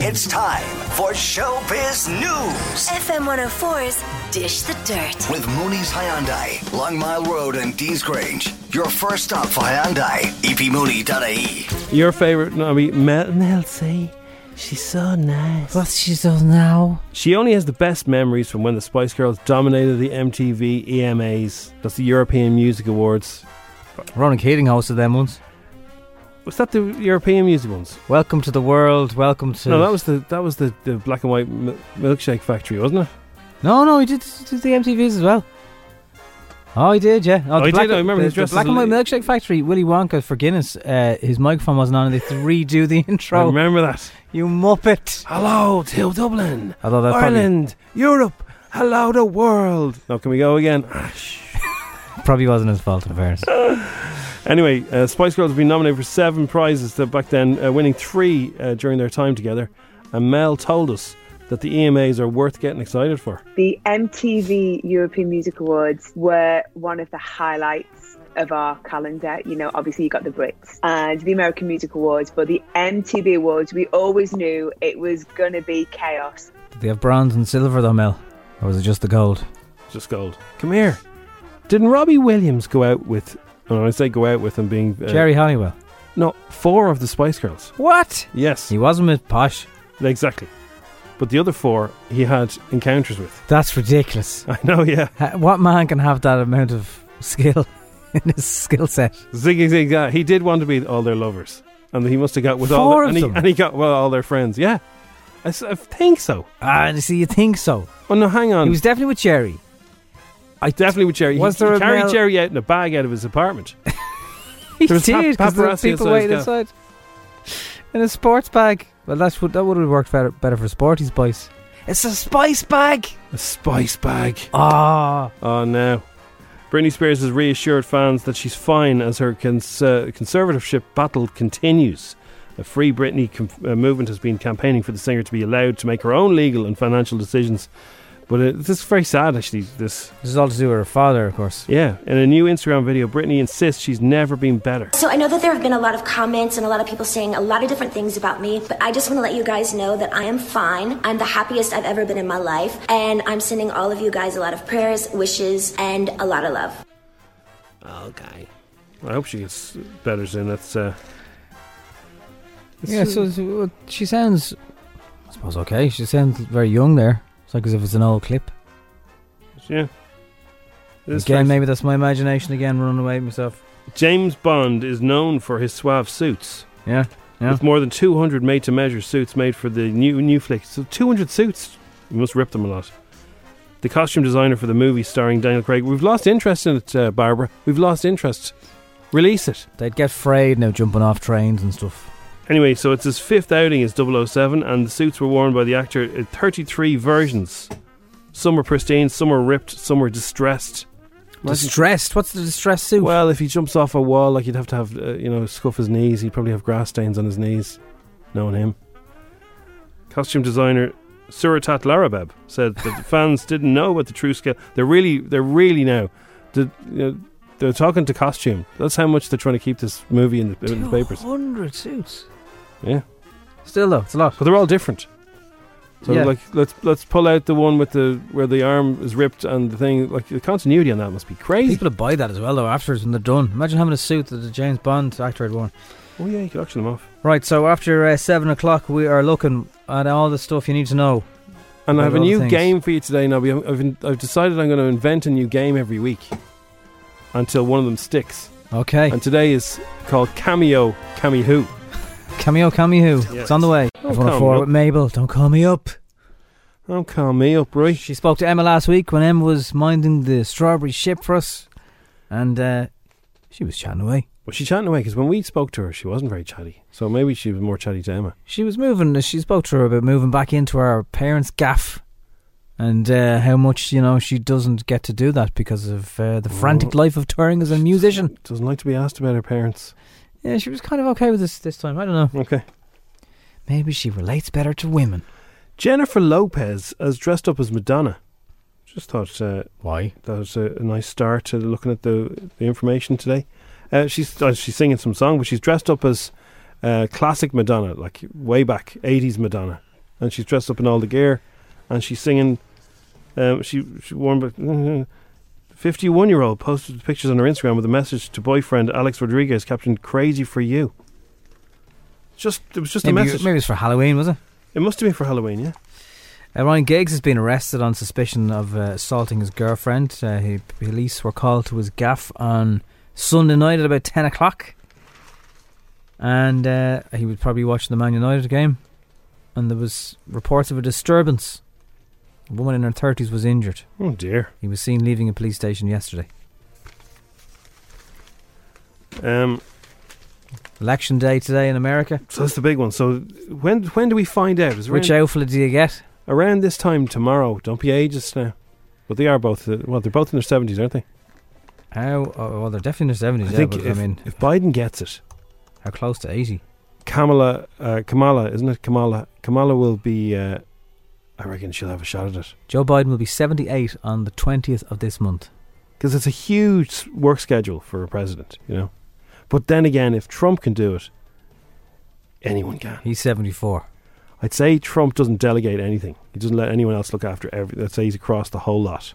It's time for Showbiz News FM 104's Dish the Dirt. with Mooney's Hyundai, Long Mile Road, and Dean's Grange. Your first stop for Hyundai, E epmooney.ie. Your favourite, no, I mean, Mel, Mel C. She's so nice. What's she done now? She only has the best memories from when the Spice Girls dominated the MTV EMAs. E That's the European Music Awards. Ronan Keating hosted them once. Was that the European Music ones? Welcome to the world. Welcome to. No, that was the that was the, the black and white mi- milkshake factory, wasn't it? No, no, he did, did the MTVs as well. Oh, he did, yeah. Oh, the he black, did, I remember he the, was the dressed black as and a white li- milkshake factory. Willy Wonka for Guinness. Uh, his microphone wasn't on, and they had to redo the I intro. remember that. You muppet! Hello to Dublin, Although that probably, Ireland, Europe. Hello, the world. Now can we go again? probably wasn't his fault, in fairness. Anyway, uh, Spice Girls have been nominated for seven prizes that back then, uh, winning three uh, during their time together. And Mel told us that the EMAs are worth getting excited for. The MTV European Music Awards were one of the highlights of our calendar. You know, obviously you got the Brits and the American Music Awards, but the MTV Awards, we always knew it was going to be chaos. did they have bronze and silver though, Mel? Or was it just the gold? Just gold. Come here. Didn't Robbie Williams go out with? And I say go out with him being uh, Jerry Honeywell. No, four of the Spice Girls. What? Yes, He wasn't with Posh. exactly. But the other four he had encounters with. That's ridiculous. I know. Yeah, Uh, What man can have that amount of skill in his skill set? ziggy zig zag. He did want to be all their lovers, and he must have got with all their, Four of and, he, them? and he got well all their friends. Yeah, I, s- I think so. Ah, you see, you think so? Oh no, hang on. He was definitely with Jerry. I definitely with Jerry. Was he, there he a carried male- Jerry out in a bag out of his apartment. He There was pap- did because there were paparazzi people outside waiting his inside in a sports bag. Well, that's what that would have worked better better for Sporty Spice. It's a spice bag. a spice bag. Ah, Oh no. Britney Spears has reassured fans that she's fine as her cons- uh, conservatorship battle continues. A Free Britney com- uh, movement has been campaigning for the singer to be allowed to make her own legal and financial decisions. But it, this is very sad, actually. This, this is all to do with her father, of course. yeah. In a new Instagram video, Britney insists she's never been better. So I know that there have been a lot of comments and a lot of people saying a lot of different things about me, but I just want to let you guys know that I am fine. I'm the happiest I've ever been in my life, and I'm sending all of you guys a lot of prayers, wishes, and a lot of love. Okay. I hope she gets better soon. That's uh, it's, Yeah, so it's- well, she sounds, I suppose, okay. She sounds very young there. It's like as if it's an old clip. yeah. It is Again, very- maybe that's my imagination again running away with myself. James Bond is known for his suave suits. Yeah, yeah. With more than 200 made to measure suits made for the new new flick. So 200 suits. You must rip them a lot. The costume designer for the movie starring Daniel Craig. We've lost interest in it, uh, Barbara. We've lost interest. Release it. They'd get frayed now jumping off trains and stuff. Anyway, so it's his fifth outing as 007, and the suits were worn by the actor in 33 versions. Some were pristine, some were ripped, some were distressed. Imagine- Distressed? What's the distressed suit? Well, if he jumps off a wall, like you'd have to have, uh, you know, scuff his knees. He'd probably have grass stains on his knees, knowing him. Costume designer Suratat Larabeb said that the fans didn't know what the true scale. They're really, they're really now, the, you know, they're talking to costume. That's how much they're trying to keep this movie in the, in the papers. 200 suits. Yeah, Still though, it's a lot. but they're all different. So Yeah. like, let's let's pull out the one with the where the arm is ripped and the thing. Like the continuity on that must be crazy. People would buy that as well though afterwards when they're done. Imagine having a suit that the James Bond actor had worn. Oh yeah, you could auction them off. Right, so after uh, 7 o'clock, we are looking at all the stuff you need to know. And I About have a other new things. game for you today, Nobby. I've, I've, in- I've decided I'm going to invent a new game every week until one of them sticks. Okay. And today is called Cameo Cami Who. Cameo, cameo. It's on the way. Don't Everyone call four me with Mabel. Don't call me up. Don't call me up, right? She spoke to Emma last week when Emma was minding the strawberry ship for us, and uh, she was chatting away. Well, she chatting away because when we spoke to her, she wasn't very chatty. So maybe she was more chatty to Emma. She was moving. She spoke to her about moving back into her parents' gaff, and uh, how much you know she doesn't get to do that because of uh, the frantic life of touring as a musician. Doesn't like to be asked about her parents. Yeah, she was kind of okay with this this time. I don't know. Okay. Maybe she relates better to women. Jennifer Lopez as dressed up as Madonna. Just thought uh, Why? that was a, a nice start to looking at the the information today. Uh, she's uh, she's singing some song, but she's dressed up as uh, classic Madonna, like way back '80s Madonna, and she's dressed up in all the gear, and she's singing. Um, she she warned. Fifty-one year old posted pictures on her Instagram with a message to boyfriend Alex Rodriguez, captioned "Crazy for you." Just it was just a Maybe, message. maybe it was for Halloween, was it? It must have been for Halloween, yeah. Uh, Ryan Giggs has been arrested on suspicion of uh, assaulting his girlfriend. Uh, he, police were called to his gaff on Sunday night at about 10 o'clock. And uh, he was probably watching the Man United game. And there was reports of a disturbance. A woman in her 30s was injured. Oh dear. He was seen leaving a police station yesterday. Um, Election day today in America. so that's the big one. So when when do we find out? Is it Which around- outfit do you get? around this time tomorrow. Don't be ageist now. But they are both. Uh, well, they're both in their seventies, aren't they? How? Oh, well, they're definitely in their 70s. yeah, but if, I mean, if Biden gets it, how close to 80? Kamala, uh, Kamala, isn't it? Kamala, Kamala will be. Uh, I reckon she'll have a shot at it Joe Biden will be 78 on the 20th of this month. because it's a huge s- work schedule for a president, you know. But then again, if Trump can do it, anyone can. He's 74. I'd say Trump doesn't delegate anything. He doesn't let anyone else look after everything. I'd say he's across the whole lot.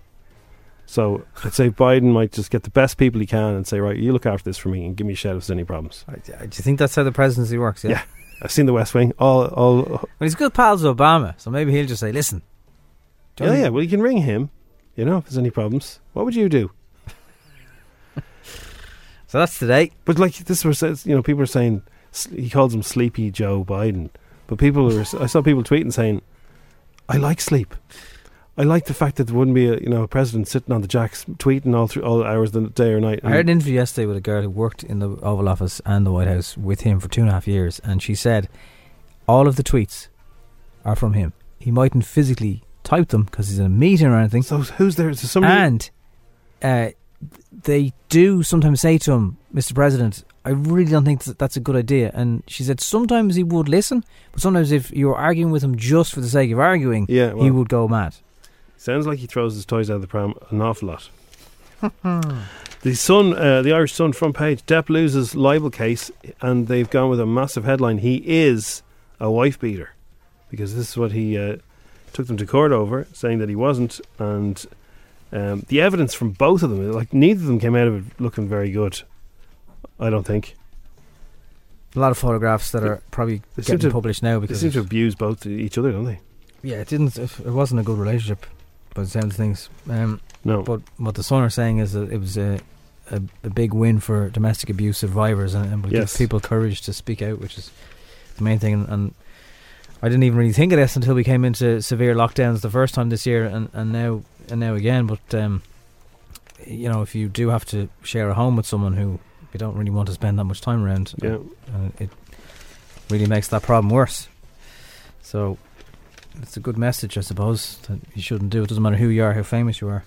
So I'd say Biden might just get the best people he can and say, right, you look after this for me and give me a shout if there's any problems. Do you think that's how the presidency works? Yeah. Yeah. I've seen The West Wing. All, all. Well, he's good pals with Obama, so maybe he'll just say, listen. Oh, Yeah, yeah. Well, you can ring him. You know, if there's any problems, what would you do? So that's today. But like this was, says, you know, people are saying s- he calls him Sleepy Joe Biden. But people were, I saw people tweeting saying, "I like sleep. I like the fact that there wouldn't be a you know a president sitting on the jacks tweeting all through all hours of the day or night." I heard an interview yesterday with a girl who worked in the Oval Office and the White House with him for two and a half years, and she said all of the tweets are from him. He mightn't physically type them because he's in a meeting or anything. So who's there? Is there somebody? And uh, they do sometimes say to him, Mr. President, I really don't think that that's a good idea. And she said sometimes he would listen, but sometimes if you were arguing with him just for the sake of arguing, yeah, well, he would go mad. sounds like he throws his toys out of the pram an awful lot. the Sun, uh, the Irish Sun front page. Depp loses libel case, and they've gone with a massive headline. He is a wife beater, because this is what he uh, took them to court over, saying that he wasn't, and um, the evidence from both of them, like neither of them came out of it looking very good. I don't think A lot of photographs that are probably they seem getting to- published now they because seem to of- abuse both each other, don't they? yeah, it didn't. It it wasn't a good relationship, by the sound of things. Um, No, but what the son are saying is that it was a, a, a big win for domestic abuse survivors and, and will Yes. give people courage to speak out, which is the main thing. And, and I didn't even really think of this until we came into severe lockdowns the first time this year, and, and now and now again. But um, you know, if you do have to share a home with someone who you don't really want to spend that much time around, yeah. and it really makes that problem worse. So it's a good message, I suppose, that you shouldn't do. It doesn't matter who you are, how famous you are.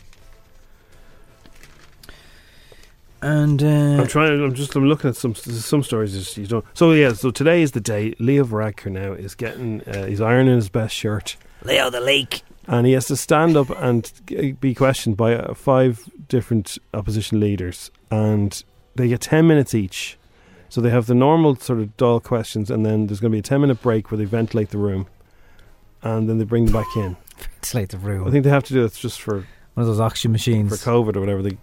And uh, I'm trying. I'm just. I'm looking at some some stories. That you don't. So yeah. So today is the day. Leo Varadkar now is getting. Uh, he's ironing his best shirt, Leo the Leak. and he has to stand up and g- be questioned by uh, five different opposition leaders, and they get ten minutes each. So they have the normal sort of dull questions, and then there's going to be a ten minute break where they ventilate the room, and then they bring them back in. It's like the room. I think they have to do this just for One of those auction for machines. COVID or whatever. They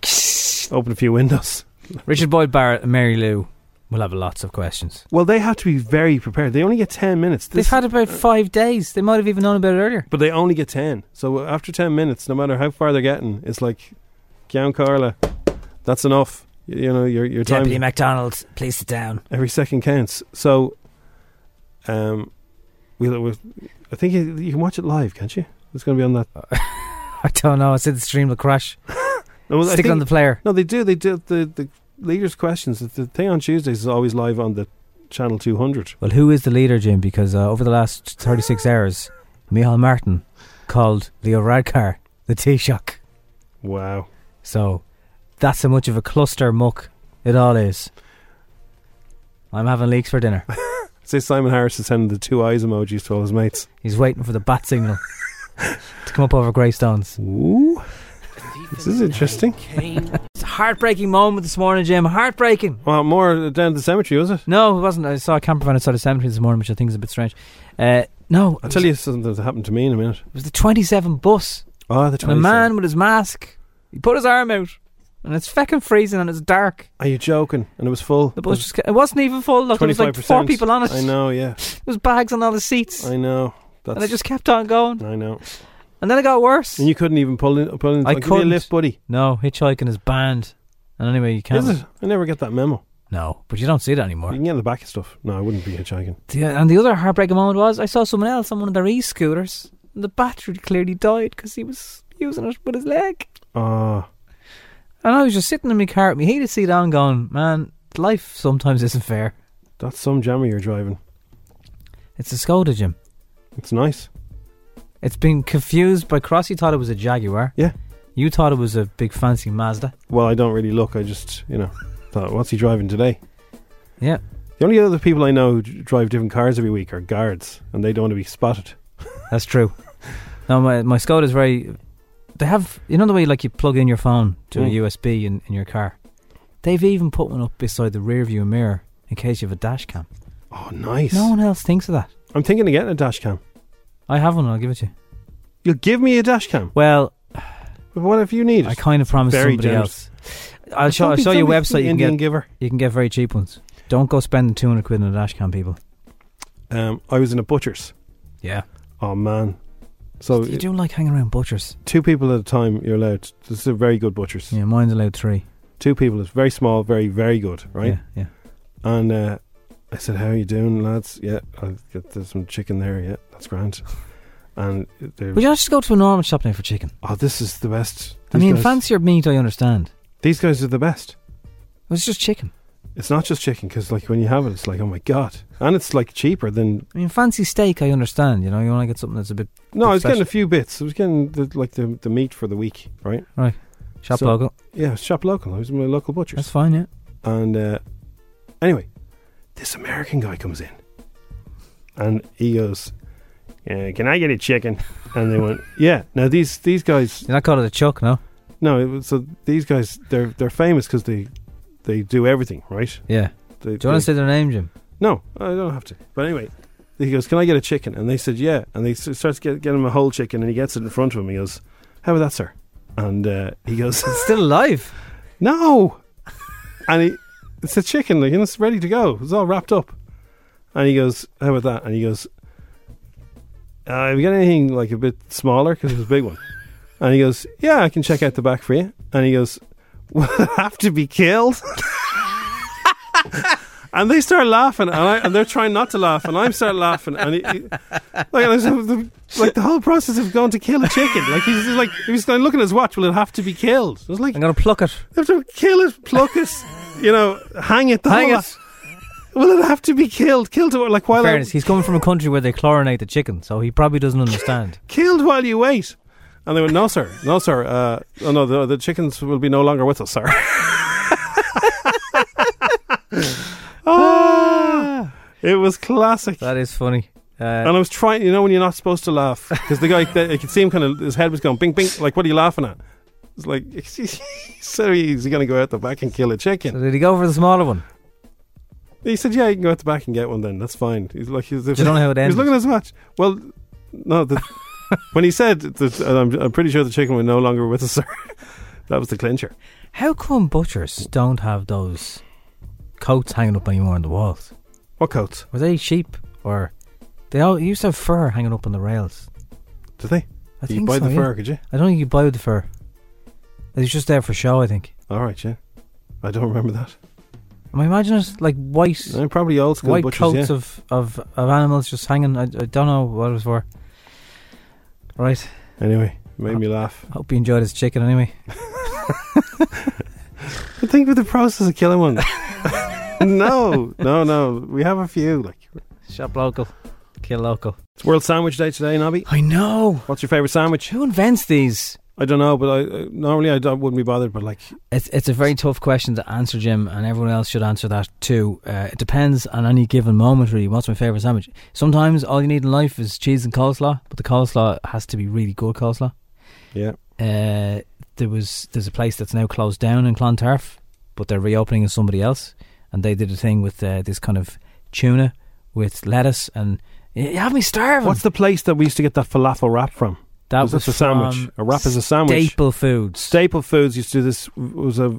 open a few windows. Richard Boyd Barrett and Mary Lou We'll have lots of questions. Well, they have to be very prepared. They only get 10 minutes. This- They've had about five days. They might have even known about it earlier. but they only get 10. So uh, after 10 minutes, no matter how far they're getting, it's like, Giancarla, that's enough. You, you know, your, your time. Deputy MacDonald, please sit down. every second counts. So, um, we'll, we'll, I think you, you can watch it live, can't you? It's going to be on that. I don't know. I said the stream will crash. No, I Stick think- on the player. No, they do. They do the the leaders' questions. The, the thing on Tuesdays is always live on the channel two hundred. Well, who is the leader, Jim? Because uh, over the last 36 hours, Michal Martin called Leo Radcar the Taoiseach. Wow. So that's how much of a cluster muck it all is. I'm having leeks for dinner. Say Simon Harris is sending the two eyes emojis to all his mates. He's waiting for the bat signal to come up over Greystones. Ooh, this is interesting. It's a heartbreaking moment this morning, Jim. Heartbreaking. Well, more down at the cemetery was it? No, it wasn't. I saw a camper van outside a cemetery this morning, which I think is a bit strange. Uh, no, I'll tell you something that happened to me in a minute. it was the 27 bus. Oh, the And a 27. man with his mask, he put his arm out. And it's feckin' freezing and it's dark. Are you joking? And it was full. The bus just, ca- it wasn't even full. Look, there was like four 25%. people on it. I know. Yeah, There was bags on all the seats. I know. That's, and it just kept on going. I know. And then it got worse. And you couldn't even pull in. Pull in I like, give me a couldn't. lift, buddy. No, hitchhiking is banned. And anyway, you can't. Is it? I never get that memo. No, but you don't see that You anymore. can get in the back of stuff. No, I wouldn't be hitchhiking. The, and the other heartbreaking moment was I saw someone else on one of their e-scooters, and the battery clearly died because he was using it with his leg. Ah, And I was just sitting in my car with my heated seat on, going, "Man, life sometimes isn't fair." that's some jammer you're driving. It's a Skoda, Jim. It's nice. It's been confused by Cross. You thought it was a Jaguar. Yeah. You thought it was a big fancy Mazda. Well, I don't really look. I just, you know, thought, what's he driving today? Yeah. The only other people I know who d- drive different cars every week are guards, and they don't want to be spotted. That's true. no, my my Skoda is very. They have you know the way like you plug in your phone to Mm. a USB in, in your car. They've even put one up beside the rear view mirror in case you have a dash cam. Oh, nice. No one else thinks of that. I'm thinking of getting a dash cam. I have one. I'll give it to you. You'll give me a dash cam. Well, But what if you need it? I kind of promised Very somebody generous. else. I'll show, I'll show you a website. You can Indian get giver. you can get very cheap ones. Don't go spending two hundred quid on a dash cam, people. Um, I was in a butcher's. Yeah, Oh man. So you do like hanging around butchers. two people at a time. You're allowed. This is a very good butcher's. Yeah, mine's allowed three. Two people. It's very small. Very very good. Right. Yeah, yeah. And uh, I said, "How are you doing, lads? Yeah, I'll get there's some chicken there. Yeah, that's grand." And they, Would you not just go to a normal shop now for chicken? oh, this is the best. I mean, guys, fancier meat, I understand. These guys are the best. It was just chicken. It's not just chicken because, like, when you have it, it's like, oh my god, and it's like cheaper than. I mean, fancy steak, I understand. You know, you want to get something that's a bit No, I was It's getting special. a few bits. I was getting the, like the the meat for the week, right? right. Shop So- local. Yeah, it was shop local. I was in my local butcher's. That's fine, yeah. And uh, anyway, this American guy comes in and he goes, uh, Can I get a chicken? And they went, Yeah. Now, these, these guys, You're not called it a chuck, no? no, it was- so these guys, they're, they're famous because they, they do everything, right? Yeah. They, Do you want to they- say their name, Jim? No, I don't have to. But anyway, he goes, Can I get a chicken? And they said, Yeah. And they s- starts get, getting him a whole chicken and he gets it in front of him. He goes, How about that, sir? And uh, he goes, It's still alive. No. And he, it's a chicken, like, and it's ready to go. It's all wrapped up. And he goes, How about that? And he goes, uh, Have you got anything like a bit smaller? Because it was a big one. And he goes, Yeah, I can check out the back for you. And he goes, Will it have to be killed? and they start laughing, and, I, and they're trying not to laugh, and I start laughing. And he, he, like, and I said, the, like the whole process of going to kill a chicken, like he's like he was like, looking at his watch. Will it have to be killed? It was like I'm going to pluck it. they have to kill it, pluck it, you know, hang it. The Hang whole it. lot. Will it have to be killed? Killed it like while I- Fairness, he's coming from a country where they chlorinate the chicken, so he probably doesn't understand. killed while you wait. And they went, no, sir, no, sir. Uh, oh, no, the, the chickens will be no longer with us, sir. Ah, it was classic. that is funny. Uh, and I was trying, you know, when you're not supposed to laugh, because the guy, I could see him kind of, his head was going bing bing. Like, what are you laughing at? It's like, so he's going to go out the back and kill a chicken. so did he go for the smaller one? He said, "Yeah, you can go out the back and get one. Then that's fine." He's like, he's, you don't know how it he was ended? looking at his watch. Well, no. The, when he said, that, and I'm, "I'm pretty sure the chicken were no longer with us, sir," that was the clincher. How come butchers don't have those coats hanging up anymore on the walls. What coats? Were they sheep or they all used to have fur hanging up on the rails? Do they? I you think buy so, the yeah. fur, could you? I don't think you buy the fur. It was just there for show, I think. All right, yeah. I don't remember that. Am I imagining it like white, I'm probably old school white butchers, coats yeah. of, of of animals just hanging? I, I don't know what it was for. Right. Anyway, it made Oh. me laugh. Hope you enjoyed his chicken anyway. But think of the process of killing one. no, no, no. We have a few. Like Shop local, kill local. it's World Sandwich Day today, Nobby. I know. What's your favorite sandwich? Who invents these? I don't know, but I uh, normally I don't, wouldn't be bothered. But like, It's it's a very tough question to answer, Jim, and everyone else should answer that too. Uh, it depends on any given moment, really. What's my favorite sandwich? Sometimes all you need in life is cheese and coleslaw, but the coleslaw has to be really good coleslaw. yeah, Uh, there was there's a place that's now closed down in Clontarf, but they're reopening as somebody else, and they did a thing with uh, this kind of tuna with lettuce, and you have me starving. what's the place that we used to get that falafel wrap from? that was this a sandwich? from A wrap is a sandwich. Staple foods. Staple Foods used to do this. It was a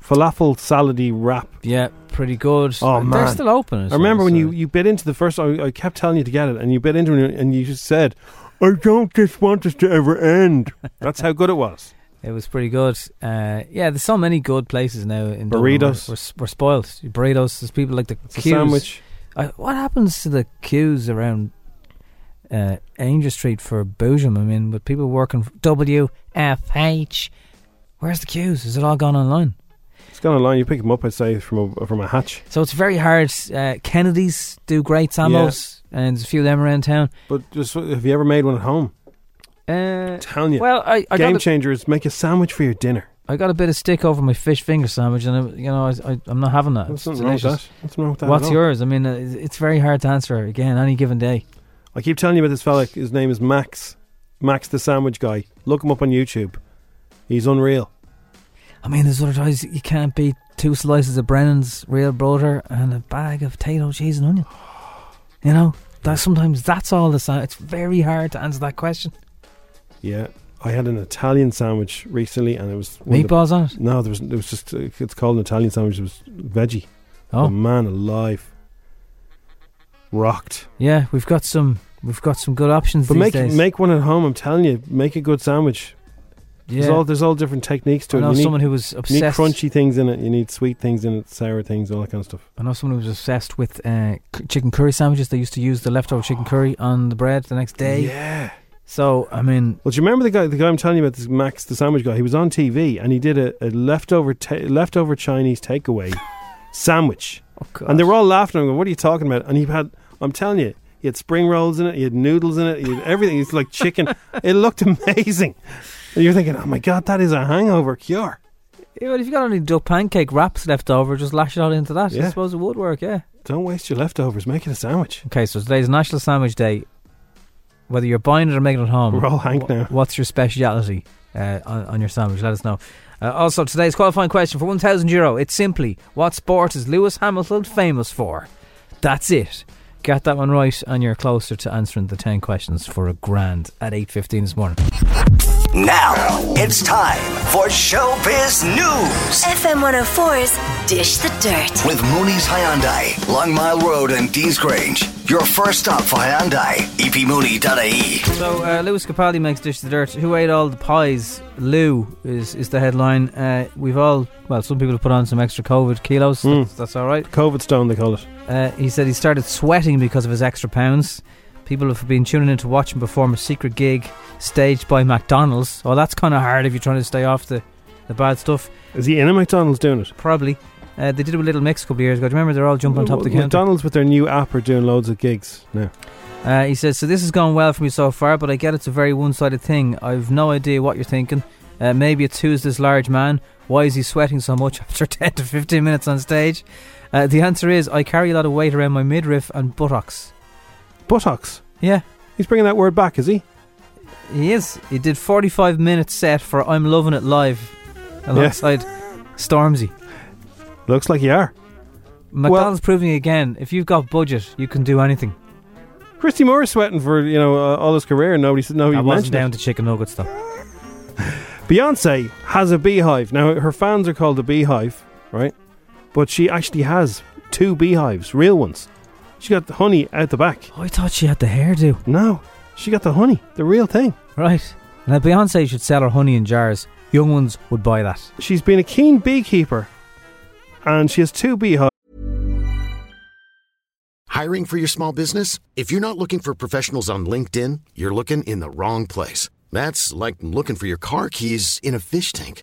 falafel salady wrap. Yeah, pretty good. Oh, And man. they're still open. as I remember well, when so- you, you bit into the first. I, I kept telling you to get it, and you bit into it, and you just said, "I don't just want this to ever end." That's how good it was. It was pretty good. Uh, yeah, there's so many good places now in Dublin. Burritos. We're, we're, we're spoiled. Burritos. There's people like the It's a queues. sandwich. I, what happens to the queues around uh, Angel Street for Boojum? I mean, with people working for WFH, where's the queues? Is it all gone online? It's gone online. You pick them up, I'd say, from a from a hatch. So it's very hard. Uh, Kennedy's do great sambos, and there's a few of them around town. But just have you ever made one at home? Uh, Telling you, well, I, I game got a- changer is make a sandwich for your dinner. I got a bit of stick over my fish finger sandwich, and I, you know, I, I, I'm not having that. That's It's nothing wrong with delicious. that. That's wrong with that. What's at all. yours? I mean, uh, it's it's very hard to answer again any given day. I keep telling you about this fella. His name is Max. Max the sandwich guy. Look him up on YouTube. He's unreal. I mean, there's other times you can't beat two slices of Brennan's real butter and a bag of potato, cheese, and onion. You know, that sometimes that's all the sa- It's very hard to answer that question. Yeah, I had an Italian sandwich recently, and it was one of the- Meatballs on it. no, there was it was just uh, it's called an Italian sandwich. It was veggie. Oh Oh, man, alive. Rocked. yeah, we've got some, we've got some good options But these make days. make one at home. I'm telling you, make a good sandwich. yeah, There's all there's all different techniques to I it. know You need- someone who was You need obsessed. crunchy things in it. You need sweet things in it, sour things, all that kind of stuff. I know someone who was obsessed with uh, c- chicken curry sandwiches. They used to use the leftover chicken curry on the bread the next day. Yeah. So I mean, Well, do you remember the guy? The guy I'm telling you about, this Max, the sandwich guy. He was on TV and he did a, a leftover ta- leftover Chinese takeaway sandwich, oh God. and they were all laughing. at him, going, "What are you talking about?" And he had, I'm telling you, he had spring rolls in it. He had noodles in it. He had everything. It's like chicken. it looked amazing. And you're thinking, "Oh my God, that is a hangover cure." Yeah, but if you got any duck pancake wraps left over, just lash it all into that. Yeah. I suppose it would work, yeah. Don't waste your leftovers. Make it a sandwich. Okay, so today's National Sandwich Day. Whether you're buying it or making it home, We're all hanked wh- now. What's your speciality uh, on, on your sandwich? Let us know. Uh, also, today's qualifying question for 1,000 euro. It's simply, what sport is Lewis Hamilton famous for? That's it. Get that one right, and you're closer to answering the 10 questions for a grand at 8.15 this morning. Now it's time for Showbiz News FM 104's Dish the Dirt. with Mooney's Hyundai, Long Mile Road, and Dean's Grange. Your first stop for Hyundai, E epmooney.ie. So uh, Lewis Capaldi makes dish the dirt. Who ate all the pies? Lou is is the headline. Uh, we've all well, some people have put on some extra COVID kilos. That's, that's all right. COVID stone, they call it. Uh, he said he started sweating because of his extra pounds. People have been tuning in to watch him perform a secret gig staged by McDonald's. Oh, that's kind of hard if you're trying to stay off the, the bad stuff. Is he in a McDonald's doing it? Probably. Uh, they did it with Little Mix a couple of years ago. Do you remember? They're all jumping on top of the counter. McDonald's with their new app are doing loads of gigs now. Uh, he says, So this has gone well for me so far, but I get it's a very one sided thing. I've no idea what you're thinking. Uh, maybe it's who's this large man? Why is he sweating so much after 10 to 15 minutes on stage? Uh, the answer is, I carry a lot of weight around my midriff and buttocks. Buttocks. Yeah, He's bringing that word back, is he? he is. He did 45 minutes set for I'm Loving It Live alongside Stormzy. Looks like you are. McDonald's proving again if you've got budget, you can do anything. Christy Moore's sweating for you know uh, all his career, and nobody said nobody I wasn't Oh, mentioned down it. to chicken nuggets though. Beyonce has a beehive now. Her fans are called the Beehive, right? but she actually has two beehives, real ones. She got the honey out the back. Oh, I thought she had the hairdo. No, she got the honey, the real thing. Right. Now, Beyonce should sell her honey in jars. Young ones would buy that. She's been a keen beekeeper, and she has two beehives. Hiring for your small business? If you're not looking for professionals on LinkedIn, you're looking in the wrong place. That's like looking for your car keys in a fish tank.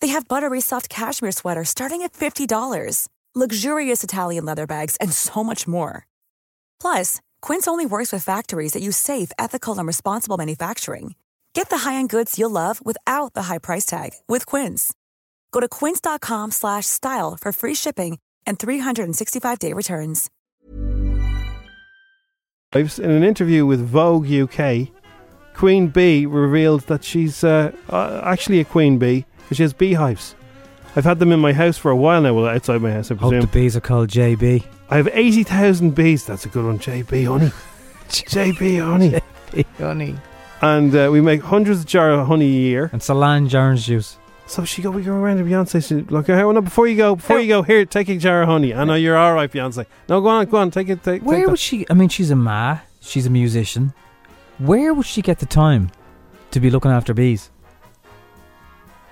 They have buttery soft cashmere sweaters starting at $50, luxurious Italian leather bags, and so much more. Plus, Quince only works with factories that use safe, ethical, and responsible manufacturing. Get the high-end goods you'll love without the high price tag with Quince. Go to quince.com/style slash style for free shipping and 365-day returns. In an interview with Vogue UK, Queen Bee revealed that she's uh, uh, actually a queen bee because she has beehives. I've had them in my house for a while now. Well, outside my house, I Hope presume. the bees are called JB. I have eighty thousand bees. That's a good one, JB honey. JB honey, honey. and uh, we make hundreds of jar of honey a year. And Solange orange juice. So she go, we go around to Beyonce. She look, oh, no, before you go, before you go, here, take a jar of honey. I know you're all right, Beyonce. No, go on, go on, take it. Take, take Where that. would she? I mean, she's a ma. She's a musician. Where would she get the time to be looking after bees?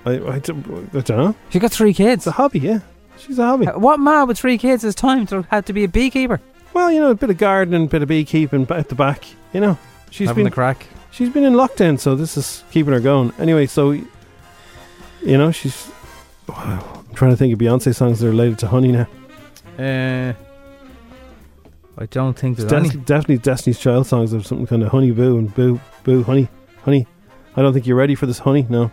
I, I don't I don't know. She got three kids. It's a hobby, yeah. She's a hobby. Uh, What ma with three kids has time to have to be a beekeeper? Well, you know, a bit of gardening, bit of beekeeping, but at the back, you know. She's Having been the crack. she's been in lockdown, so this is keeping her going. Anyway, so you know, she's wow, I'm trying to think of Beyonce songs that are related to honey now. Uh, I don't think It's there's any. des- definitely Destiny's Child songs of something kind of honey boo and boo boo honey honey. I don't think you're ready for this honey. No,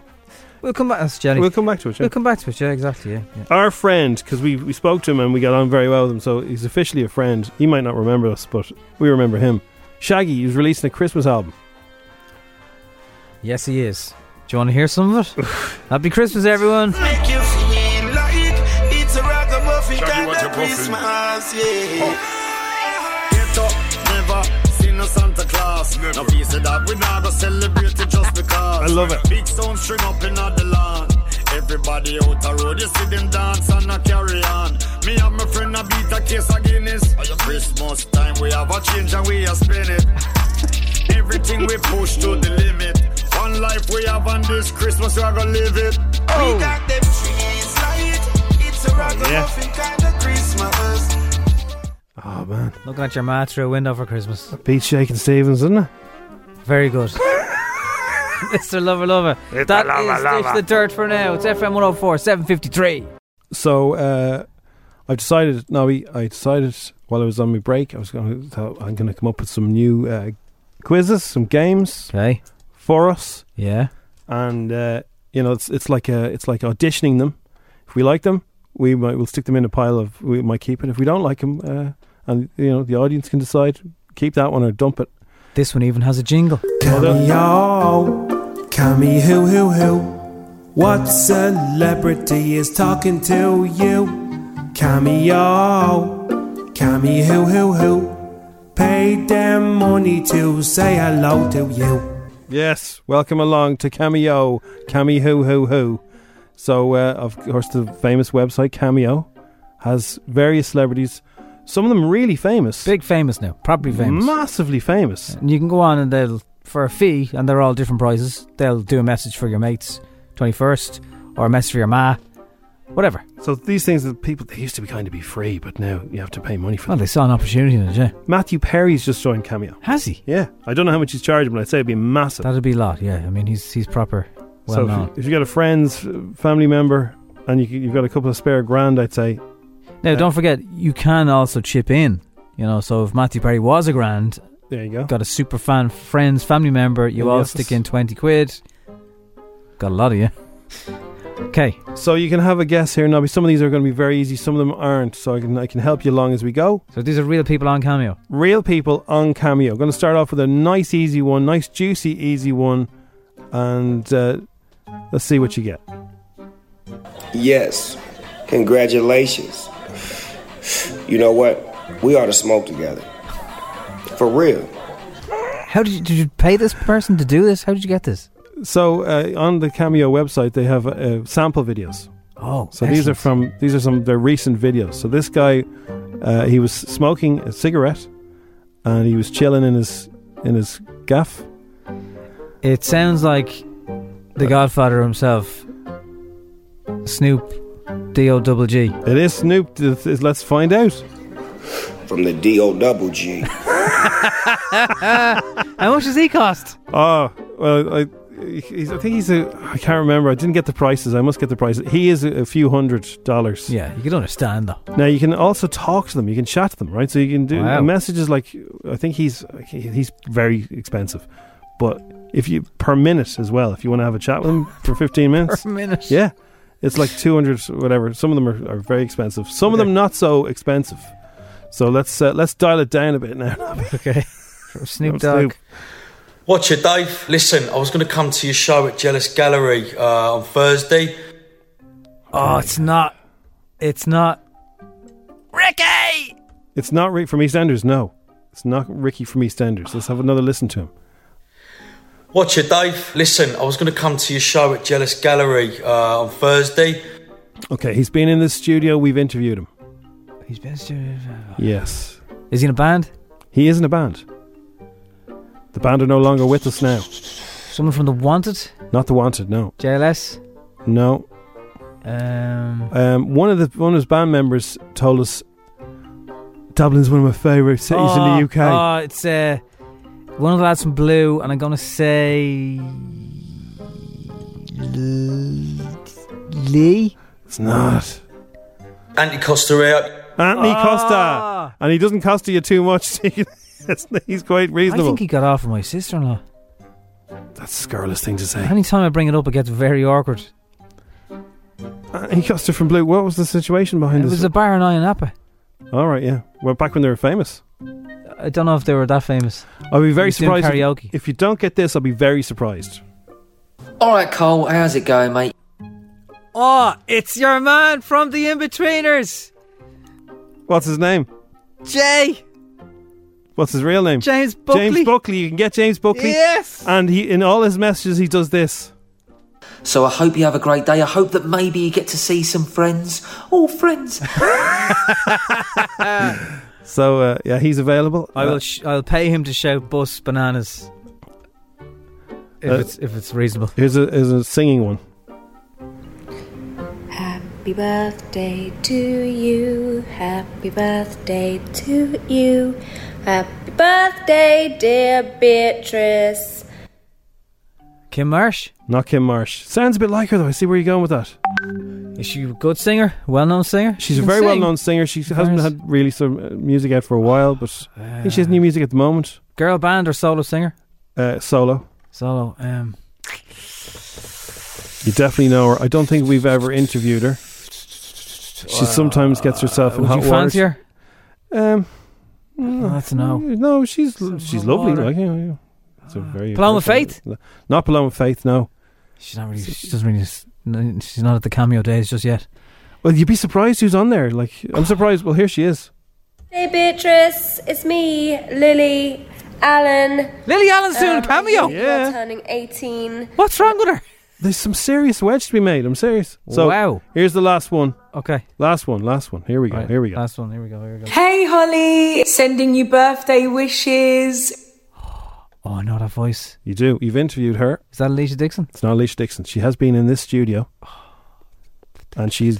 We'll come back. That's Jenny. we'll We'll, come back to it. yeah. come back to it. Yeah, exactly. Yeah. yeah. Our friend, because we, we spoke to him and we got on very well with him, so he's officially a friend. He might not remember us, but we remember him. Shaggy is releasing a Christmas album. Yes, he is. Do you want to hear some of it? Happy Christmas, everyone. Make you feel like it's a ragamuffin kind of Christmas, yeah. Get up, never see no Santa Claus. No piece of that we not go celebrate it just because. I love it. Big sound string up in the land. Everybody out the road, you see them dance and a carry on. Me and my friend a beat a case of Guinness. Christmas time we have a change and we a spin it. Everything we push to the limit. One life we have on this Christmas, we are gonna live it. Oh. We got them trees light. It's a ragamuffin kind of Christmas. Oh man, Looking at your ma through a window for Christmas. beat Shaking Stevens, isn't it? Very good. Mr. Lover Lover. That is Dish the Dirt for now. It's FM 104, 753. So uh, I've decided. No, we- I decided while I was on my break, I was going. to I'm going to come up with some new uh, quizzes, some games Okay. for us, Yeah. and uh, you know, it's it's like uh it's like auditioning them. If we like them, we might we'll stick them in a pile of. We might keep it. If we don't like them, uh, and you know, the audience can decide keep that one or dump it. This one even has a jingle. Cameo, Cammy who who who. What celebrity is talking to you? Cameo, Cammy who who who. Pay them money to say hello to you. Yes, welcome along to Cameo, Cammy Who Who Who. So, uh, of course, the famous website Cameo has various celebrities, some of them really famous, Big famous now. Probably famous. massively famous. And you can go on and they'll, for a fee, and they're all different prices, they'll do a message for your mates 21st or a message for your ma. Whatever. So these things that people they used to be kind of be free, but now you have to pay money for Well, them. they saw an opportunity in it, yeah. Matthew Perry's just joined Cameo. Has he? Yeah, I don't know how much he's charging, but I'd say it'd be massive. That'd be a lot, yeah. I mean, he's he's proper. Well so, known. if, you, if you got a friend's uh, family member and you, you've got a couple of spare grand, I'd say Now, don't forget, you can also chip in. You know, so if Matthew Perry was a grand, there you go. got a super fan, friends, family member, you In the all office. stick in 20 quid. Got a lot of you. Okay. So you can have a guess here, Nobby. Some of these are going to be very easy. Some of them aren't. So I can I can help you along as we go. So these are real people on Cameo. Real people on Cameo. Going to start off with a nice easy one, nice juicy easy one, and uh, let's see what you get. Yes. Congratulations. You know what? We ought to smoke together. For real. How did you, did you pay this person to do this? How did you get this? So uh, on the Cameo website, they have uh, sample videos. Oh, So these are excellent. from these are some of their recent videos. So this guy, uh, he was smoking a cigarette, and he was chilling in his in his gaff. It sounds like the Godfather himself, Snoop D O double G. It is Snoop. th- th- Let's find out. From the D O double G. How much does he cost? Oh well, I, he's, I think he's a. I can't remember. I didn't get the prices. I must get the prices. He is a, a few hundred dollars. Yeah, you could understand though. Now you can also talk to them. You can chat to them, right? So you can do Wow. messages like I think he's he- he's very expensive, but if you per minute as well, if you want to have a chat with him for fifteen minutes, Per minute. yeah, it's like two hundred whatever. Some of them are, are very expensive. Some of them not so expensive. So let's uh, let's dial it down a bit now. Okay. From Snoop From Snoop. Dogg. Watch it, Dave. Listen, I was going to come to your show at Jealous Gallery uh, on Thursday. Oh, it's not. It's not. Ricky! It's not Rick from EastEnders. No, it's not Ricky from EastEnders. Let's have another listen to him. Watch it, Dave. Listen, I was going to come to your show at Jealous Gallery uh, on Thursday. Okay, he's been in this studio. We've interviewed him. He's been. a- Yes, Is he in a band? he is in a band. The band are no longer with us now. Someone from The Wanted? Not the Wanted, no, JLS? no. Um, Um, one of the one of his band members told us Dublin's one of my favourite cities in the oh, UK. Oh, it's uh, one of the lads from Blue, and I'm going to say. Lee? it's not Anti Costeria. Anthony Ah. Costa, and he doesn't cost you too much. It's- He's quite I reasonable. think he got off with my sister in law. That's a scurrilous thing to say. Anytime I bring it up, it gets very awkward. Anthony Uh, Costa from Blue. What was the situation behind It this? was a bar in Ironapa. All right, yeah. Well, back when they were famous. I don't know if they were that famous. I'll be very He's doing surprised. if- karaoke. If, you don't get this, I'll be very surprised. All right, Cole, how's it going, mate? Oh, it's your man from the Inbetweeners, What's his name? Jay What's his real name? James Buckley. James Buckley. You can get James Buckley. Yes. And he, in all his messages, he does this. So I hope you have a great day. I hope that maybe you get to see some friends. All friends. So uh, yeah, he's available. I Uh, will. Sh- I'll pay him to shout "bus bananas" if Uh, it's if it's reasonable. here's a here's a singing one. Happy birthday to you. Happy birthday to you. Happy birthday, dear Beatrice. Kim Marsh. Not Kim Marsh. Sounds a bit like her though. I see where you're going with that. Is she a good singer? Well-known singer. She's She a can very sing. well-known singer. She hasn't Nice. had really some uh, music out for a while, but I think she has Uh. new music at the moment. girl band or solo singer. Uh, solo. Solo. Um, You definitely know her. I don't think we've ever interviewed her. She sometimes gets herself in would hot you water. fancy her? Um, Oh, that's a no. No, she's she's hot lovely. water. Like, you know, yeah. it's a very Paloma very- Faith? Not Paloma Faith. No. She's not really. She doesn't really. s- no, She's not at the cameo days just yet. Well, you'd be surprised who's on there. Like, I'm surprised. Well, here she is. Hey, Beatrice. It's me, Lily Allen. Lily Allen's doing a cameo. You're turning 18. What's wrong with her? There's some serious wedge to be made. I'm serious. So Wow. Here's the last one. Okay. Last one. Last one. Here we go. Right, Here we go. Last one. Here we go. Here we go. Hey Holly, sending you birthday wishes. Oh, I know that voice. You do. You've interviewed her. Is that Alicia Dixon? It's not Alicia Dixon. She has been in this studio, and she's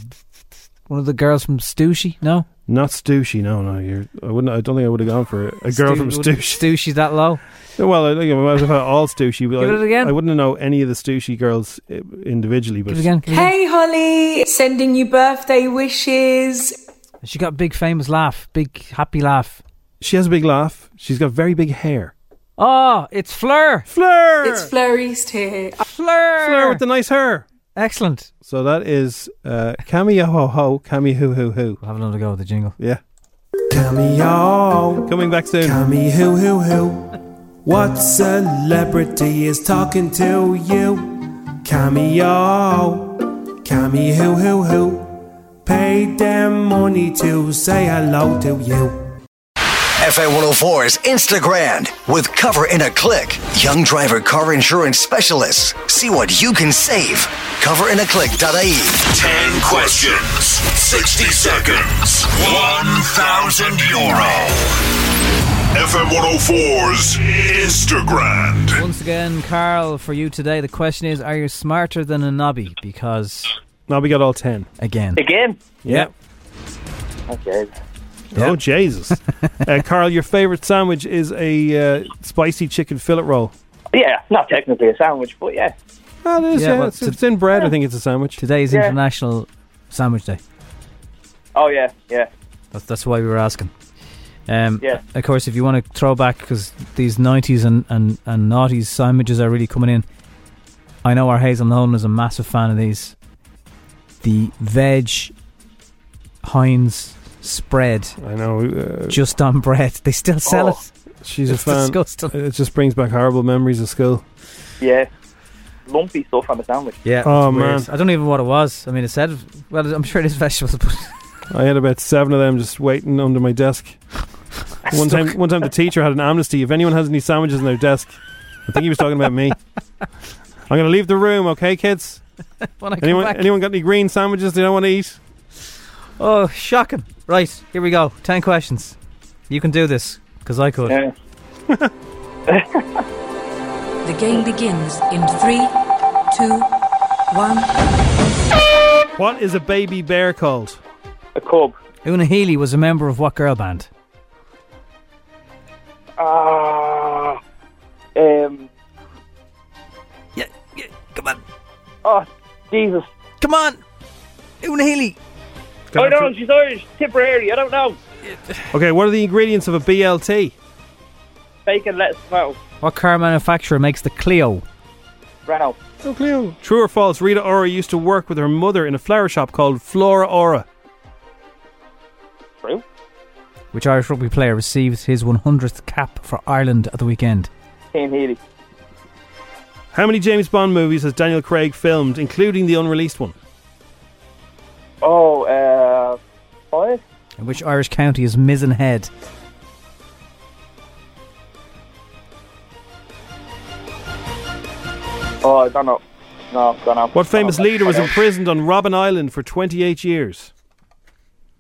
One of the girls from Stooshy? No. not Stooshy. No, no. You're. I wouldn't. I don't think I would have gone for a girl from Stu- Stooshy. Stooshy's that low. Well, I think I might have had all Stooshy. but Give I- it again. I wouldn't know any of the Stooshy girls uh, individually, but Give it again. give it again. Hey Holly, sending you birthday wishes. She got a big famous laugh, big happy laugh. she has a big laugh. She's got very big hair. Oh, it's Fleur. Fleur. It's Fleur East here. Fleur. Fleur with the nice hair. Excellent. So that is uh, Cammy Yo Ho Ho, Cammy Hoo Hoo Hoo. We'll have another go with the jingle. Yeah. Cammy Yo. Coming back soon. Cammy Hoo Hoo Hoo. What celebrity is talking to you? Cameo. Cammy Hoo Hoo Hoo. Paid them money to say hello to you. FA104's Instagram with Cover in a Click. Young driver car insurance specialists. See what you can save. Coverinaclick.ie. 10 questions, 60 seconds, 1,000 euro. FM 104's Instagram. Once again, Carl, for you today, the question is Are you smarter than a knobby? Because. Now we got all 10. Again. Again? Yeah. Okay. Oh, Jesus. uh, Carl, your favourite sandwich is a uh, spicy chicken fillet roll. Yeah, not technically a sandwich, but yeah. Oh, it is, yeah. well, it's, it's in bread, I think it's a sandwich. Today is Yeah. International Sandwich Day. Oh, yeah, yeah. That's, that's why we were asking. Um, Yeah. Of course, if you want to throw back, because these 90s and, and, and noughties sandwiches are really coming in. I know our Hazel Nolan is a massive fan of these. The veg Heinz spread. I know. Uh, just on bread. They still sell Oh, it. She's It's a fan. disgusting. It just brings back horrible memories of school. Yeah. Lumpy stuff on a sandwich. Yeah. Oh, it's weird. man. I don't even know what it was. I mean, it said, well, I'm sure it is vegetables, but I had about seven of them just waiting under my desk. One time, one time the teacher had an amnesty. If anyone has any sandwiches in their desk, I think he was talking about me. I'm going to leave the room, okay, kids? When I come anyone, back- anyone got any green sandwiches they don't want to eat? oh, shocking. Right, here we go. 10 questions. You can do this, because I could. Yeah. The game begins in three, two, one. What is a baby bear called? A cub. Una Healy was a member of what girl band? Ah. um. Yeah, yeah, come on. Oh, Jesus. Come on. Una Healy. Can I I don't tr- know, she's Irish, Tipperary, I don't know. Okay, what are the ingredients of a BLT? Bacon, lettuce, tomato, What car manufacturer makes the Clio? Renault. No clue. True or false? Rita Ora used to work with her mother in a flower shop called Flora Ora. True. Which Irish rugby player received his 100th cap for Ireland at the weekend? Ian Healy. How many James Bond movies has Daniel Craig filmed, including the unreleased one? Oh, uh. Five? In which Irish county is Mizzenhead? Oh, I don't know. No, I've gone out. What famous leader was imprisoned on Robben Island for 28 years?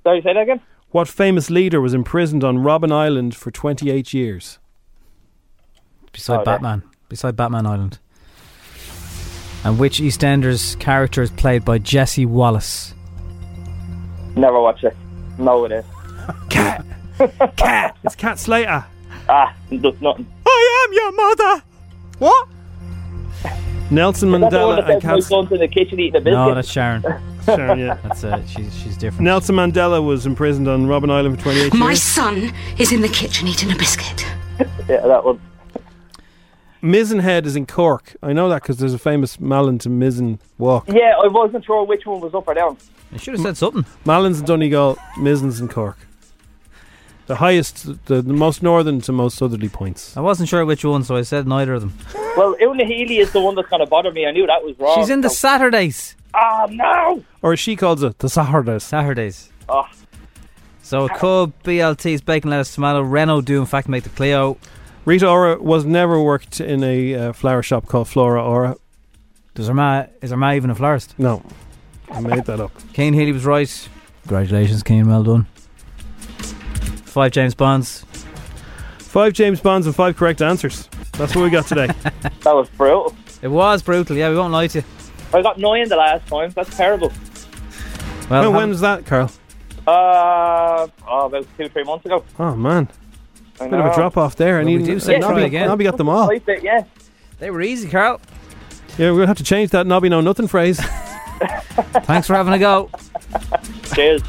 Sorry, say that again? What famous leader was imprisoned on Robben Island for 28 years? Beside Oh, there. Batman. Beside Batman Island. And which EastEnders character is played by Jesse Wallace? Never watched it. No, it is. Cat! It's Cat Slater. Ah, does nothing. I am your mother! What? Nelson Is that the one Mandela that and says my Cat son's in the kitchen eating a biscuit? No, that's Sharon. Sharon, yeah. That's uh, she's she's different. Nelson Mandela was imprisoned on Robben Island for 28 My years. son is in the kitchen eating a biscuit. yeah, that one. Mizzenhead is in Cork. I know that because there's a famous Malin to Mizzen walk. Yeah, I wasn't sure which one was up or down. I should have said something. Malin's in Donegal, Mizzen's in Cork. The highest, the, the most northern to most southerly points. I wasn't sure which one, so I said neither of them. Well, Una Healy is the one that's going to bother me. I knew that was Oh, wrong. She's in the so- Saturdays. Ah, no! Or as she calls it, the Saturdays. Saturdays. Oh, So a Cub, BLT's bacon, lettuce, tomato, Renault do in fact make the Clio. Rita Ora was never worked in a uh, flower shop called Flora Ora. Does her er ma is her ma even a florist? No, I made that up. Kane Healy was right. Congratulations, Kane. Well done. Five James Bonds. Five James Bonds and five correct answers. That's what we got today. that was brutal. It was brutal. Yeah, we won't lie to you. I got nine the last time. That's terrible. Well, when, have- when was that, Carl? Uh, oh, about two, three months ago. Oh man, I bit of know. a drop off there. I Well, we need. do say try Nobby, again. Nobby got them all. I think, yeah. they were easy, Carl. Yeah, we're gonna have to change that Nobby know nothing phrase. Thanks for having a go. Cheers.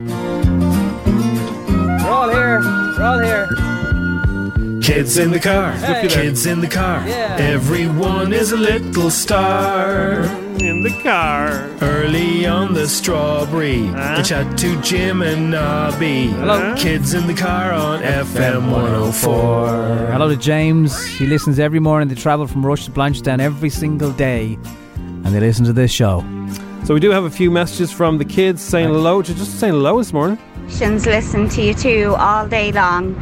We're all here. We're all here. Kids in the car, kids in the car. Everyone is a little star. In the car. Early on the strawberry, they chat to Jim and Nobby. Hello. Kids in the car on FM 104. Hello to James. He listens every morning. They travel from Rush to Blanchetown every single day, and they listen to this show. So we do have a few messages from the kids saying hello to just saying hello this morning. Shins listen to you too all day long.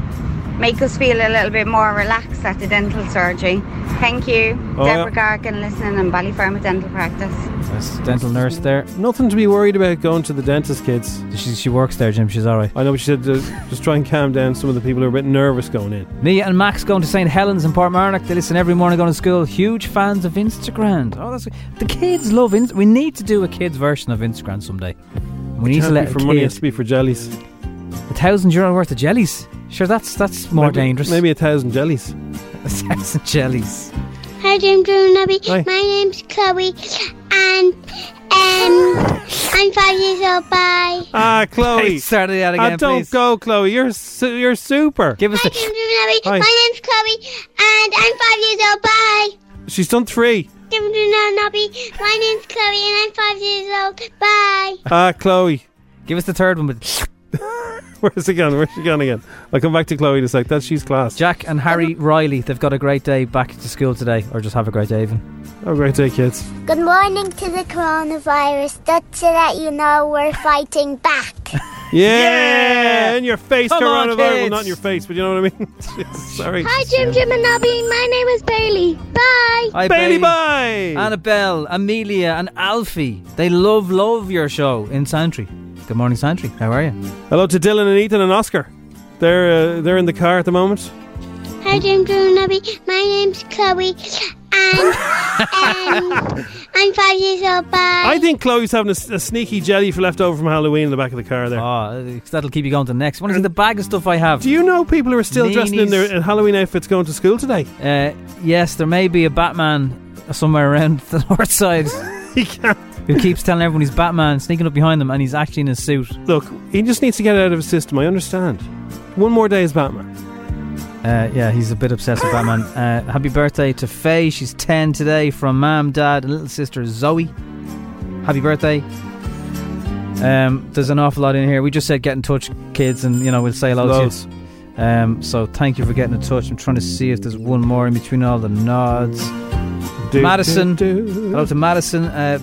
Make us feel a little bit more relaxed at the dental surgery. Thank you. Oh, yeah. Deborah Gargan listening in Ballyferma Dental Practice. That's dental nurse there. Nothing to be worried about going to the dentist, kids. She, she works there, Jim. She's all right. I know, but she said to just try and calm down some of the people who are a bit nervous going in. Nia and Max going to St. Helens in Portmarnock. They listen every morning going to school. Huge fans of Instagram. Oh, that's the kids love Inst- We need to do a kids version of Instagram someday. We need Can't to be let a for money, it has kid to be for jellies. a thousand euro worth of jellies. Sure, that's that's more Maybe- dangerous. Maybe a thousand jellies. a thousand jellies. Hi, Jim Drew Nubby. Hi. My name's Chloe, and um, I'm five years old. Bye. Ah, Chloe. Hey, start it out Ah, again, don't please. go, Chloe. You're su- you're super. Give us Jim Drew Nubby. Hi. My name's Chloe, and I'm five years old. Bye. She's done three. Jim Drew Nubby. My name's Chloe, and I'm five years old. Bye. Ah, Chloe. Give us the third one, but Where's it gone? Where's she gone again? I'll come back to Chloe in a sec. That's she's class. Jack and Harry Riley, they've got a great day back to school today, or just have a great day even. Have a Oh, great day, kids. Good morning to the coronavirus. Just to let you know, we're fighting back. Yeah, in your face, Come on, coronavirus. Well, kids. not in your face, but you know what I mean. Jeez, Sorry. Hi, Jim Jim and Nubby. My name is Bailey. Bye. Hi, Bailey Bye! Annabelle, Amelia, and Alfie. They love, love your show in Santry. Good morning, Santry. How are you? Hello to Dylan and Ethan and Oscar. They're uh, they're in the car at the moment. Hi, Jim Drew Nubby. My name's Chloe, and um, I'm five years old. Bye. I think Chloe's having a, s- a sneaky jelly for left over from Halloween in the back of the car there. Oh, that'll keep you going to the next one. Is the bag of stuff I have. Do you know people who are still dressed in Meanies. their in Halloween outfits going to school today? Uh, yes, there may be a Batman somewhere around the north side. he can't. Who keeps telling everyone he's Batman, sneaking up behind them, and he's actually in his suit. Look, he just needs to get it out of his system. I understand. One more day as Batman. Uh, yeah, he's a bit obsessed with Batman. Uh, happy birthday to Faye. She's 10 today from Mam, Dad, and little sister Zoe. Happy birthday. Um, there's an awful lot in here. We just said get in touch, kids, and you know we'll say hello Loads. to you. Um, so thank you for getting in touch. I'm trying to see if there's one more in between all the nods. Do, Madison, do, do. hello to Madison. Uh,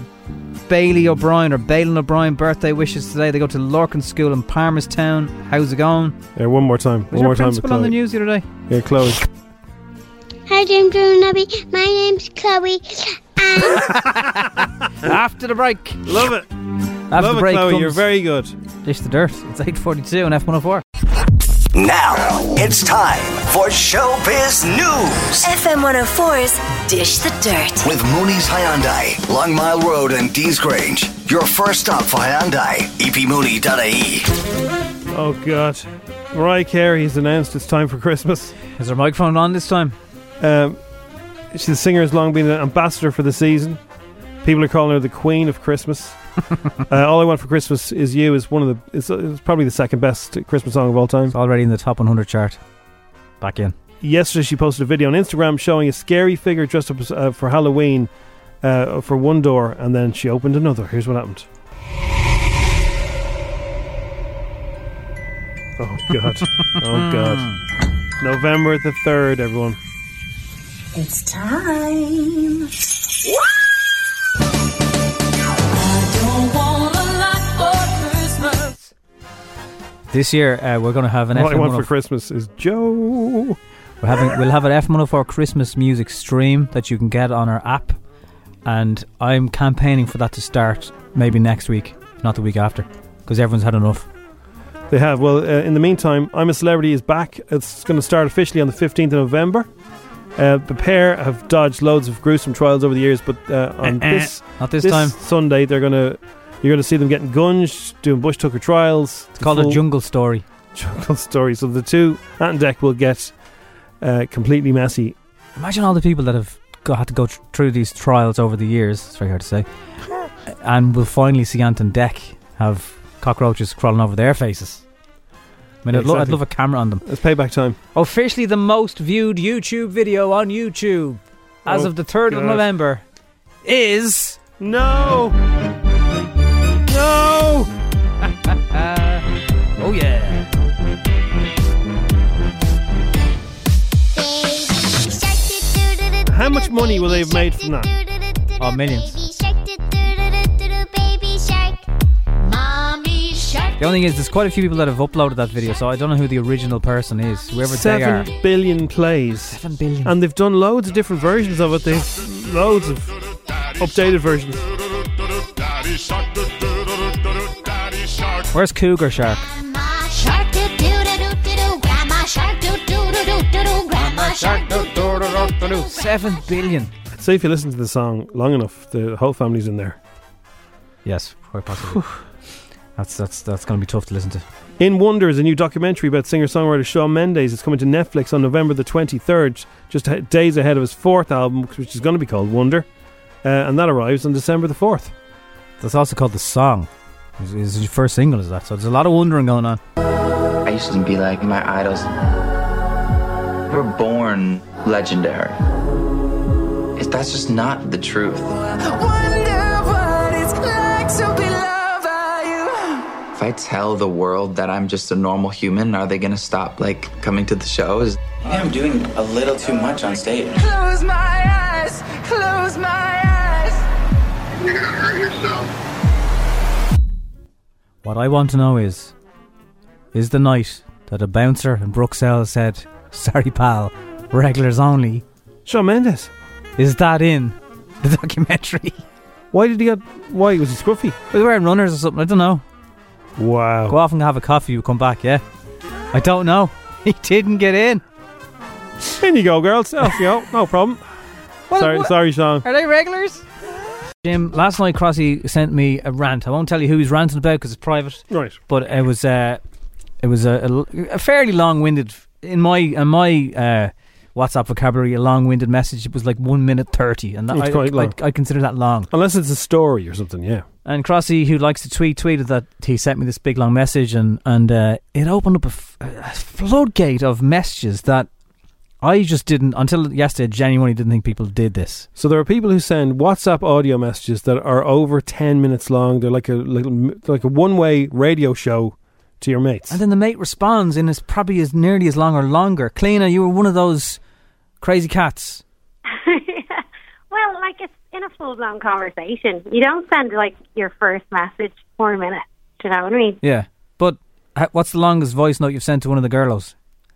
Bailey O'Brien or Balin O'Brien birthday wishes today. They go to Lorcan School in Palmerstown. How's it going? There, one more time. Was one your more time with principal on the Chloe. news the other day? Yeah, Chloe. Hi, Jim Drew Nubby. My name's Chloe, After the break. Love it. After Love the it, break, Chloe. comes You're very good. Dish the dirt. It's 8.42 on F104. Now it's time for Showbiz News FM 104's Dish the Dirt. with Mooney's Hyundai, Long Mile Road, and Dean's Grange. Your first stop for Hyundai, E epmooney.ie. Oh God, Mariah Carey's announced it's time for Christmas. Is her microphone on this time? Um, she's the singer has long been an ambassador for the season. People are calling her the Queen of Christmas. uh, All I want for Christmas is you is one of the it's, it's probably the second best Christmas song of all time. It's already in the top 100 chart. Back in. Yesterday, she posted a video on Instagram showing a scary figure dressed up as, uh, for Halloween uh, for one door, and then she opened another. Here's what happened. Oh God! oh God! November the third, everyone. It's time. This year, uh, we're going to have an All I F104. want for Christmas is Joe. We're having, we'll have an F104 Christmas music stream that you can get on our app. And I'm campaigning for that to start maybe next week, not the week after, because everyone's had enough. They have. Well, uh, in the meantime, I'm a Celebrity is back. It's going to start officially on the 15th of November. Uh, the pair have dodged loads of gruesome trials over the years, but uh, on Uh-uh. this Not this time. Sunday, they're going to you're going to see them getting gunged, doing bush tucker trials. It's called a jungle story. jungle story. So the two Ant and Deck will get uh, completely messy. Imagine all the people that have go, had to go tr- through these trials over the years. It's very hard to say, and we'll finally see Anton Deck have cockroaches crawling over their faces. I mean, I'd, lo- I'd Exactly. love a camera on them. It's payback time. Officially, the most viewed YouTube video on YouTube as Oh, of the 3rd of God. November is. No! No! oh, yeah. How much money will they have made from that? Oh, millions. Baby shark. Mommy shark. The only thing is, there's quite a few people that have uploaded that video, so I don't know who the original person is. Whoever Seven they are. billion plays. Seven billion. And they've done loads of different versions of it. They've loads of updated versions. Where's Cougar Shark? Grandma shark do do do do do do. Grandma shark do do do do do do. Grandma shark do do do do do do. Seven billion. I'd say if you listen to the song long enough, the whole family's in there. Yes, quite possibly. that's that's that's going to be tough to listen to. In Wonder is a new documentary about singer songwriter Shawn Mendes. It's coming to Netflix on November the 23rd, just h- days ahead of his fourth album, which is going to be called Wonder. Uh, and that arrives on December the 4th. That's also called The Song. Is is his first single, is that? So there's a lot of wondering going on. I used to be like my idols. We're born legendary. If that's just not the truth. If I tell the world that I'm just a normal human, are they gonna stop like coming to the shows? I think I'm doing a little too much on stage. Close my eyes, close my eyes. What I want to know is is the night that a bouncer in Bruxelles said, Sorry, pal, regulars only. Shawn Mendes. Is that in the documentary? Why did he get. Why? Was he scruffy? He was wearing runners or something, I don't know. Wow. Go off and have a coffee, you come back, yeah? I don't know. He didn't get in. In you go, girls. Off you go. No problem. Well, sorry, what- sorry, Sean. Are they regulars? Jim, last night Crossy sent me a rant. I won't tell you who he's ranting about because it's private. Right. But it was uh, it was a, a, a fairly long-winded in my in my uh, WhatsApp vocabulary. A long-winded message. It was like one minute thirty, and that, It's I, quite I- long. I, consider that long. Unless it's a story or something, yeah. And Crossy, who likes to tweet, tweeted that he sent me this big long message, and and uh, it opened up a, f- a floodgate of messages that I just didn't until yesterday. Genuinely didn't think people did this. So there are people who send WhatsApp audio messages that are over 10 minutes long. They're like a little, like a one-way radio show to your mates. And then the mate responds in as probably as nearly as long or longer. Cleaner, you were one of those crazy cats. Well, like it's in a full blown conversation. You don't send like your first message four minutes. Do you know what I mean? Yeah. But h- what's the longest voice note you've sent to one of the girlos?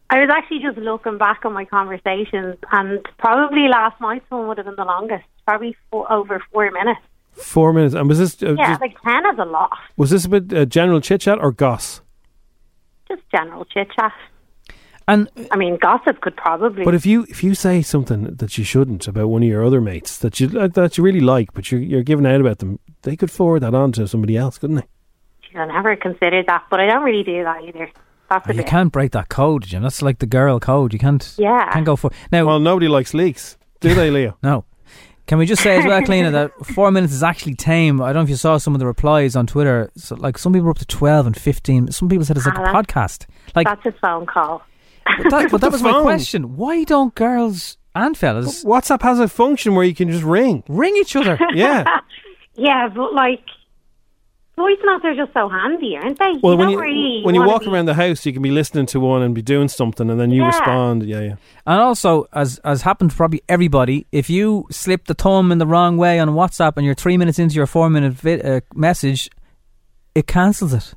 I was actually just looking back on my conversations, and probably last night's one would have been the longest, probably four, over four minutes. Four minutes. And was this uh, yeah, Mm-hmm. just- like ten is a lot. was this a bit uh, general chit chat or goss? Just general chit chat. And uh, I mean, gossip could probably. But if you if you say something that you shouldn't about one of your other mates that you like- that you really like, but you're you're giving out about them, they could forward that on to somebody else, couldn't they? Jeez, I never considered that, but I don't really do that either. That's Oh, a you bit. can't break that code, Jim. That's like the girl code. You can't. Yeah. Can't go for now. Well, nobody likes leaks, do they, Leo? no. Can we just say as well, Cleaner, that four minutes is actually tame. I don't know if you saw some of the replies on Twitter. So, like some people were up to twelve and fifteen. Some people said it's like Ah, a that's- podcast. Like that's a phone call. but that, but that was my phone. question. Why don't girls and fellas WhatsApp has a function where you can just ring, ring each other. Yeah. yeah, but like voice notes are just so handy, aren't they? Well, when don't you really when you wanna walk be- around the house, you can be listening to one and be doing something, and then you Yeah. respond. Yeah, yeah. And also, as as happened to probably everybody, if you slip the thumb in the wrong way on WhatsApp and you're three minutes into your four minute vi- uh, message, it cancels it.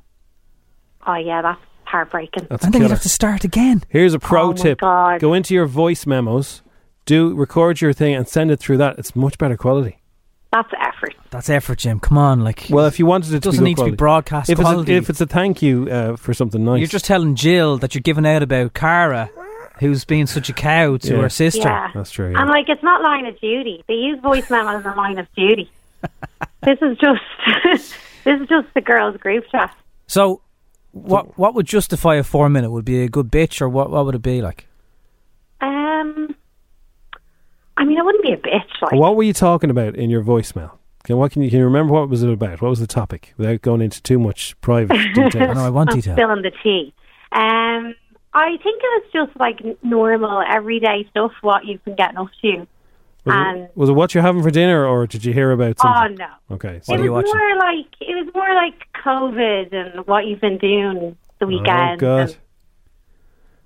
Oh yeah, that's heartbreaking. That's and then you killer. have to start again. Here's a pro Oh my tip: God. go into your voice memos, do record your thing, and send it through that. It's much better quality. That's effort. That's effort, Jim. Come on, like Well, if you wanted it, to doesn't good need to be quality. broadcast If it's, quality. a, if it's a thank you uh, for something nice, you're just telling Jill that you're giving out about Cara, who's being such a cow to Yeah. her sister. Yeah. That's true. And like, it's not line of duty. They use voice memo as a line of duty. this is just this is just the girls' group chat. So, what what would justify a four minute? Would be a good bitch, or what? What would it be like? Um, I mean, I wouldn't be a bitch. Like, What were you talking about in your voicemail? Can what can you can you remember what was it about? What was the topic? Without going into too much private detail. I know I want I'm detail. spilling the tea. Um, I think it was just like n- normal, everyday stuff, what you've been getting up to. Was, and it, was it what you're having for dinner, or did you hear about Um, oh something? no, Okay. it was more like it was more like COVID and what you've been doing the Oh weekend. God.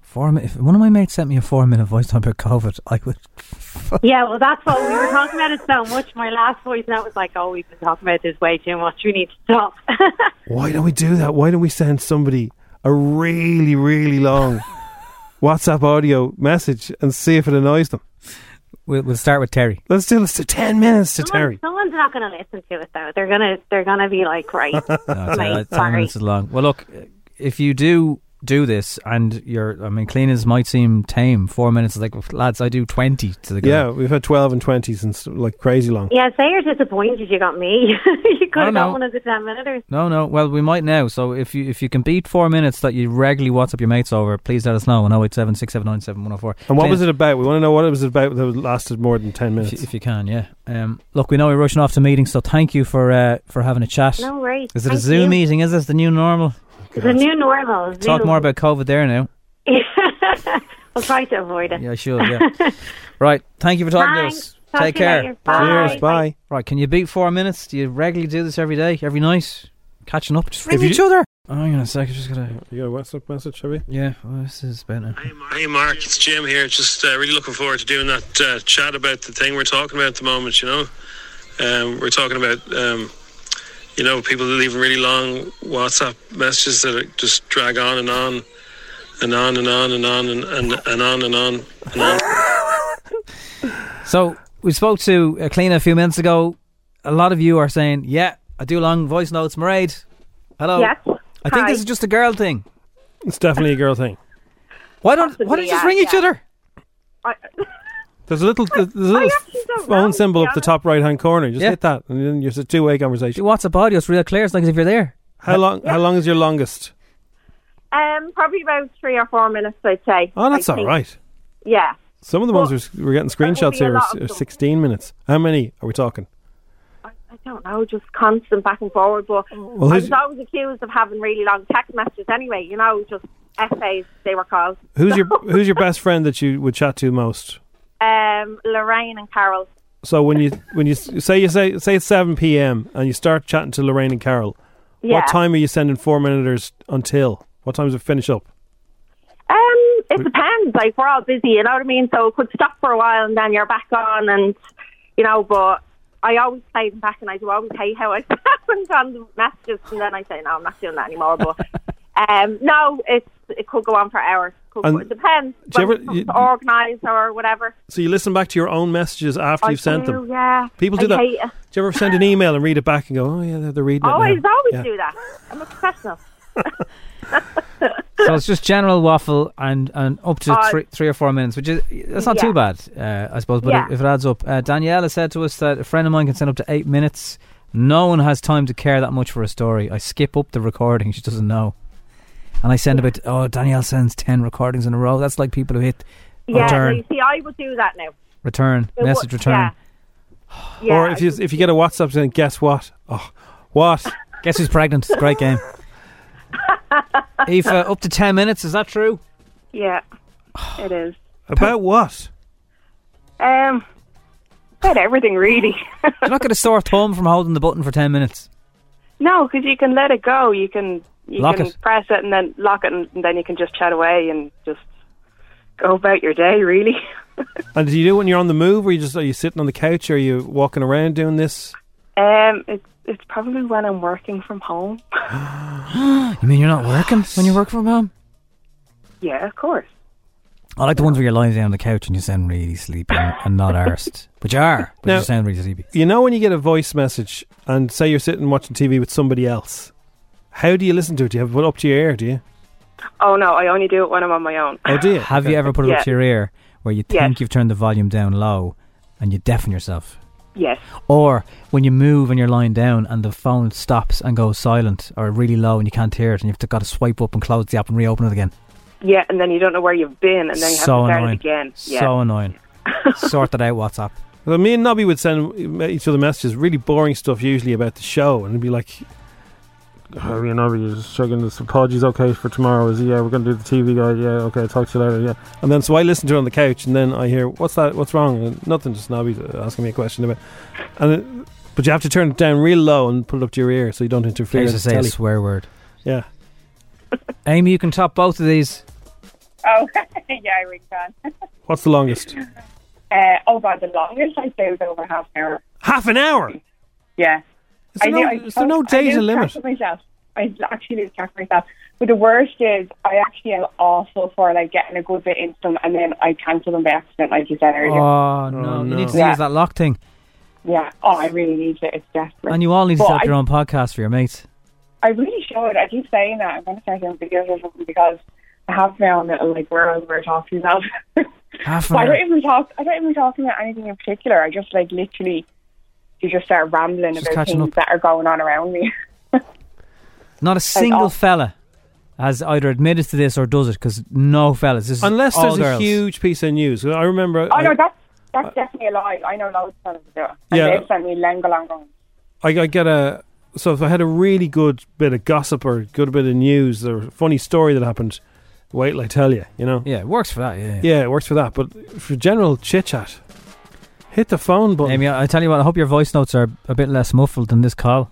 Four, mi- if one of my mates sent me a four-minute voice note about COVID, I would. and- yeah, well, that's what we were talking about it so much. My last voice note was like, "Oh, we've been talking about this way too much. We need to stop." Why don't we do that? Why don't we send somebody a really, really long WhatsApp audio message and see if it annoys them? We'll, we'll start with Terry. Let's do this to 10 minutes Oh to Terry. Someone's not going to listen to it though. They're gonna they're gonna be like, "Right, No, it's all mate, right. Ten sorry." minutes is long. Well, look, if you do do this and you're, I mean, cleaners might seem tame. Four minutes is like, lads, I do 20 to the guy. Yeah, we've had 12 and 20s and s- like crazy long. Yeah, say you're disappointed you got me. you could I have know. got one of the 10 minuters. No, no. Well, we might now. So if you if you can beat four minutes that you regularly WhatsApp your mates over, please let us know on 087 679 7104. And what Clean- was it about? We want to know what it was about that lasted more than 10 minutes. If you can, yeah. Um, look, we know we're rushing off to meetings, so thank you for uh, for having a chat. No worries. Is it a Thank Zoom you. meeting? Is this the new normal? The new normal. Talk Zoom. more about COVID there now. I'll try to avoid it. Yeah, sure. Yeah. right. Thank you for talking to us. Thanks. Talk Take to you care. later. Bye. Cheers, Bye. Right. Can you beat four minutes? Do you regularly do this every day, every night? Catching up. Just If ring you- each other. Oh, hang on a second. Just gotta. You got a WhatsApp message, have you? Yeah. Oh, this is better. Hey, Mark, it's Jim here. Just uh, really looking forward to doing that uh, chat about the thing we're talking about at the moment. You know, um, we're talking about um, you know people leaving really long WhatsApp messages that are just drag on and on and on and on and on and, and, and on and on and on. So we spoke to uh, Clean a few minutes ago. A lot of you are saying, "Yeah, I do long voice notes, Mairead." Hello. Yes. I think Hi. this is just a girl thing. It's definitely a girl thing. Why don't Why don't you just ring each other? There's a little, there's a little phone symbol up the top right hand corner. Just Yeah. hit that, and then it's a two way conversation. WhatsApp audio is real clear as long as if you're there. How long? How long is your longest? Um, probably about three or four minutes, I'd say. Oh, that's I all think. right. Yeah. Some of the ones we're, s- we're getting screenshots be a here lot are s- of are them. 16 minutes. How many are we talking? I don't know, just constant back and forward. But Well, I who's- was always accused of having really long text messages anyway, you know, just essays, they were called. Who's your Who's your best friend that you would chat to most? Um, Lorraine and Carol. So when you when you s- say you say say it's 7 p.m. and you start chatting to Lorraine and Carol, Yeah. what time are you sending four minuters until? What time does it finish up? Um, it depends. Like, we're all busy, you know what I mean? So it could stop for a while and then you're back on, and, you know, but I always play them back and I do always hate how I haven't on the messages, and then I say, no, I'm not doing that anymore. But um, no, it's, it could go on for hours. Could go- And it depends. do you whether ever- it's you- organised or whatever. So you listen back to your own messages after I you've sent do, them. Yeah, People do I that. hate it. Do you ever send an email and read it back and go, oh yeah, they're, they're reading it now." Always, always Yeah. do that. I'm a professional. so it's just general waffle and, and up to Uh, three, three or four minutes, which is that's not too bad, uh, I suppose. But Yeah. if it adds up, uh, Daniela said to us that a friend of mine can send up to eight minutes. No one has time to care that much for a story. I skip up the recording; she doesn't know. And I send about oh Danielle sends ten recordings in a row. That's like people who hit Yeah, no, return, you see, I would do that now. return, It message, would- return. yeah. Yeah, or if you if you get a WhatsApp saying, "Guess what? Oh, what? Guess who's pregnant? It's a great game." Aoife, up to ten minutes. Is that true? yeah, it is. About what? Um, about everything really. You're not going to sore thumb from holding the button for ten minutes. no, because you can let it go. You can you Lock can it. press it and then lock it, and, and then you can just chat away and just go about your day. Really. And do you do it when you're on the move, or you just are you sitting on the couch, or are you walking around doing this? Um, it's it's probably when I'm working from home. You mean you're not working when you work from home? Yeah, of course. I like the ones where you're lying down on the couch and you sound really sleepy and, and not arsed. But you are, but Now- you sound really sleepy. You know when you get a voice message and say you're sitting watching TV with somebody else, how do you listen to it? Do you have it put up to your ear? Do you? Oh no, I only do it when I'm on my own. Oh, do you? Have you ever put it up to Yeah. your ear where you Yes. think you've turned the volume down low and you deafen yourself? Yes. Or when you move and you're lying down and the phone stops and goes silent or really low and you can't hear it and you've got to swipe up and close the app and reopen it again. Yeah, and then you don't know where you've been, and then you have so to start annoying. it again. Yeah. So annoying. sort that out, WhatsApp. Well, me and Nobby would send each other messages, really boring stuff usually about the show, and it'd be like, Harry and Robbie, you're just checking this. Apologies, okay, for tomorrow. Is it, yeah, we're going to do the TV guide. Yeah, okay, talk to you later. Yeah. And then, so I listen to it on the couch, and then I hear, what's that? What's wrong? And nothing, just Nobby's uh, asking me a question about. And it, but you have to turn it down real low and put it up to your ear so you don't interfere. Case with to the say a telly. swear word. Yeah. Amy, you can top both of these. Oh, yeah, I reached on. What's the longest? Uh, oh, by the longest, I'd say it was over half an hour. Half an hour. Yeah. Is there no- is there no I data lose limit? track of myself. I actually lose track of myself. But the worst is, I actually am awful for like getting a good bit into them, and then I cancel them by accident, like you said Oh, earlier. no. You need to Yeah. use that lock thing. Yeah. Oh, I really need it. It's desperate. And you all need to But set up I- your own podcast for your mates. I really should. I keep saying that. I'm going to start doing videos or something because I have found that like world where talking about. Half an But I hour. don't even talk. I don't even talk about anything in particular. I just like literally, you just start rambling Just about catching things up. that are going on around me. Not a single all- fella has either admitted to this or does it because no fellas. This is Unless all there's girls. a huge piece of news. I remember. uh, Oh I, no, that's that's definitely a lie. I know loads of people do it. And Yeah. they've sent me long, long, long. I, I get a so if I had a really good bit of gossip or good bit of news or a funny story that happened, wait till I tell you. You know. Yeah, it works for that. Yeah, yeah. Yeah, it works for that. But for general chit chat, hit the phone button. Amy, I I tell you what, I hope your voice notes are a bit less muffled than this call.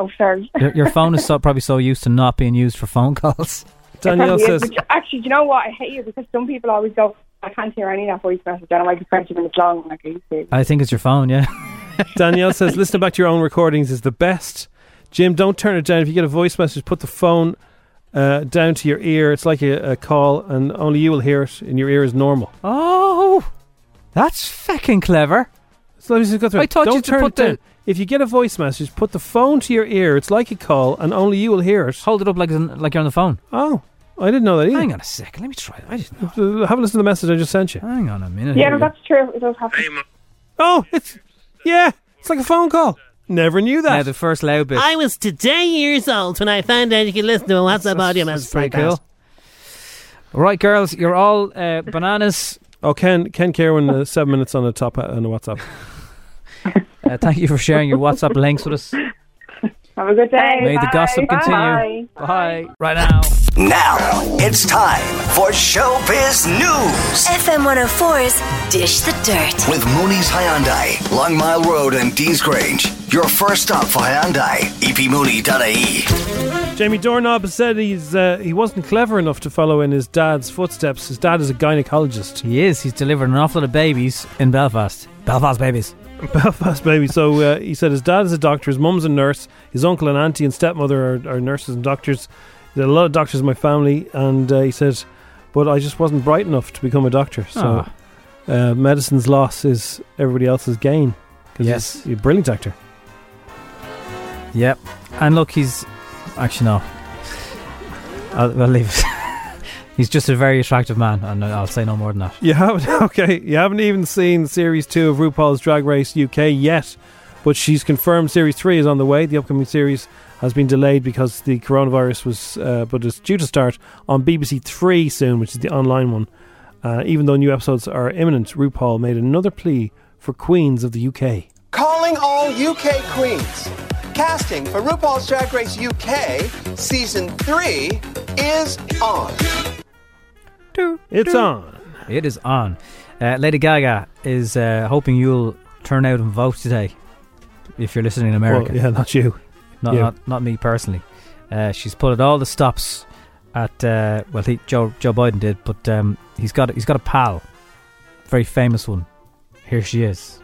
Oh, sorry. Your, your phone is so, probably so used to not being used for phone calls. It probably is, which- actually, do you know what? I hate you because some people always go, I can't hear any of that voice message. And I'm like, it's 20 minutes long. I'm like, are you serious? I think it's your phone, yeah. Danielle says, listening back to your own recordings is the best. Jim, don't turn it down. If you get a voice message, put the phone uh, down to your ear. It's like a, a call, and only you will hear it, and your ear is normal. Oh, that's fucking clever. So let me just go through. I it. thought don't you turn put it the- down. If you get a voice message, put the phone to your ear. It's like a call, and only you will hear it. Hold it up like like you're on the phone. Oh, I didn't know that either. Hang on a second. Let me try. It. I just have a listen to the message I just sent you. Hang on a minute. Yeah, no, that's true. It does happen. Oh, it's yeah, it's like a phone call. Never knew that. Yeah, the first loud bit. I was today years old when I found out you could listen to a WhatsApp audio message pretty like that. cool. Right, girls, you're all uh, bananas. Oh, Ken Ken Kerwin, uh, seven minutes on the top uh, on the WhatsApp. Uh, thank you for sharing your WhatsApp links with us. Have a good day. May the Bye. gossip Bye. continue. Bye. Right now. Now it's time for Showbiz News. FM 104's Dish the Dirt. With Mooney's Hyundai, Long Mile Road, and Dean's Grange. Your first stop for Hyundai, E epmooney.ie. Jamie Dornob said he's uh, he wasn't clever enough to follow in his dad's footsteps. His dad is a gynecologist. He is. He's delivering an awful lot of babies in Belfast. Belfast babies. Belfast baby. So uh, he said his dad is a doctor, his mum's a nurse, his uncle and auntie and stepmother are, are nurses and doctors. There are a lot of doctors in my family, and uh, he said, but I just wasn't bright enough to become a doctor. So Ah. uh, medicine's loss is everybody else's gain. yes, he's a brilliant actor. Yep. And look, he's actually no. I'll, I'll leave. it. he's just a very attractive man, and I'll say no more than that. You haven't okay. You haven't even seen series two of RuPaul's Drag Race UK yet, but she's confirmed series three is on the way. The upcoming series has been delayed because the coronavirus was, uh, but it's due to start on BBC Three soon, which is the online one. Uh, even though new episodes are imminent, RuPaul made another plea for queens of the UK. Calling all UK queens. Casting for RuPaul's Drag Race UK season 3 is on. It's on. It is on. Uh, Lady Gaga is uh, hoping you'll turn out and vote today. If you're listening in America, Well, yeah, not you. not You. not, not me personally. Uh, she's put at all the stops at uh, well, he, Joe Joe Biden did, but um, he's got he's got a pal, very famous one. Here she is.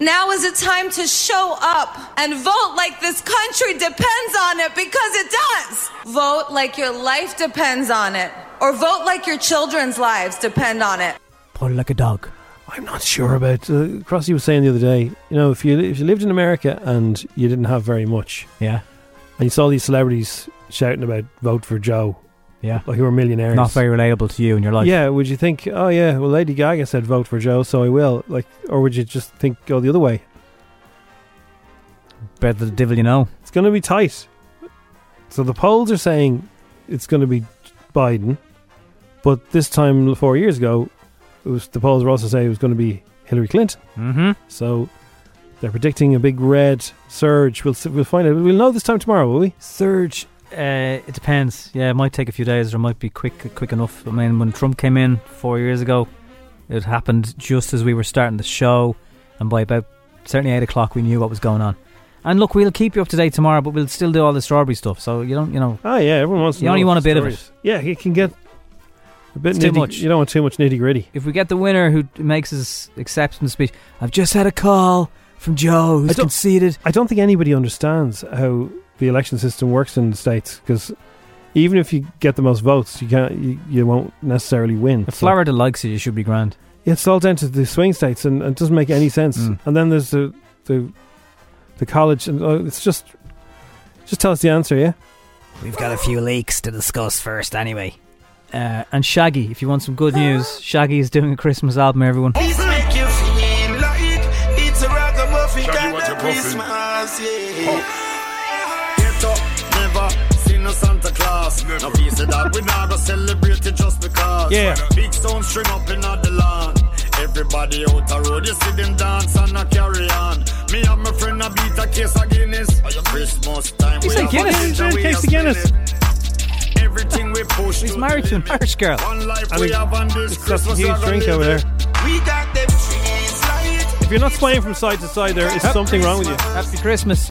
Now is a time to show up and vote like this country depends on it because it does. Vote like your life depends on it, or vote like your children's lives depend on it. Pull like a dog. I'm not sure about. Uh, Crossy was saying the other day, you know, if you if you lived in America and you didn't have very much, Yeah. and you saw these celebrities shouting about vote for Joe, Yeah. like who were millionaires, Not very relatable to you in your life. yeah, would you think, oh yeah, well Lady Gaga said vote for Joe, so I will, like, or would you just think go the other way? Better the devil you know. It's going to be tight. So the polls are saying it's going to be Biden, but this time four years ago, it was the polls were also saying it was going to be Hillary Clinton. Mm-hmm. So They're predicting a big red surge. We'll s- we'll find out. We'll know this time tomorrow, will we? Surge. Uh, it depends. Yeah, it might take a few days, or it might be quick, quick enough. I mean, when Trump came in four years ago, it happened just as we were starting the show, and by about certainly eight o'clock, we knew what was going on. And look, we'll keep you up to date tomorrow, but we'll still do all the strawberry stuff. So you don't, you know. Oh yeah, everyone wants. to You only know want a bit stories. Yeah, you can get a bit It's too nitty- much. You don't want too much nitty gritty. of it. If we get the winner who makes his acceptance speech, I've just had a call from Joe who's conceded. I don't think anybody understands how the election system works in the states because even if you get the most votes, you can't. You, you won't necessarily win. If Florida likes it, it should be grand. Yeah, it's all down to the swing states, and, and it doesn't make any sense. Mm. And then there's the the, the college, and uh, it's just just tell us the answer, yeah. We've got a few leaks to discuss first, anyway. Uh, and Shaggy, if you want some good news, Shaggy is doing a Christmas album, everyone. Please make you feel like it's a rock and muffin Shaggy kind wants of a muffin. Christmas. Yeah. Get up, never see no Santa Claus. No piece of that we not go celebrate it just because. Yeah. Big sound string up in the land. Everybody out the road, you see them dance and a carry on. Me and my friend a beat a case of Guinness. Christmas time He we said have Guinness. fun, He said we case have of Guinness. spirit. Everything we push. He's married to an Irish girl. One life I we mean, have on this It's that's a Christmas. we huge are gonna drink live over it. there. We got them trees light. If you're not swaying from side to side, there is something wrong with you. Happy Christmas.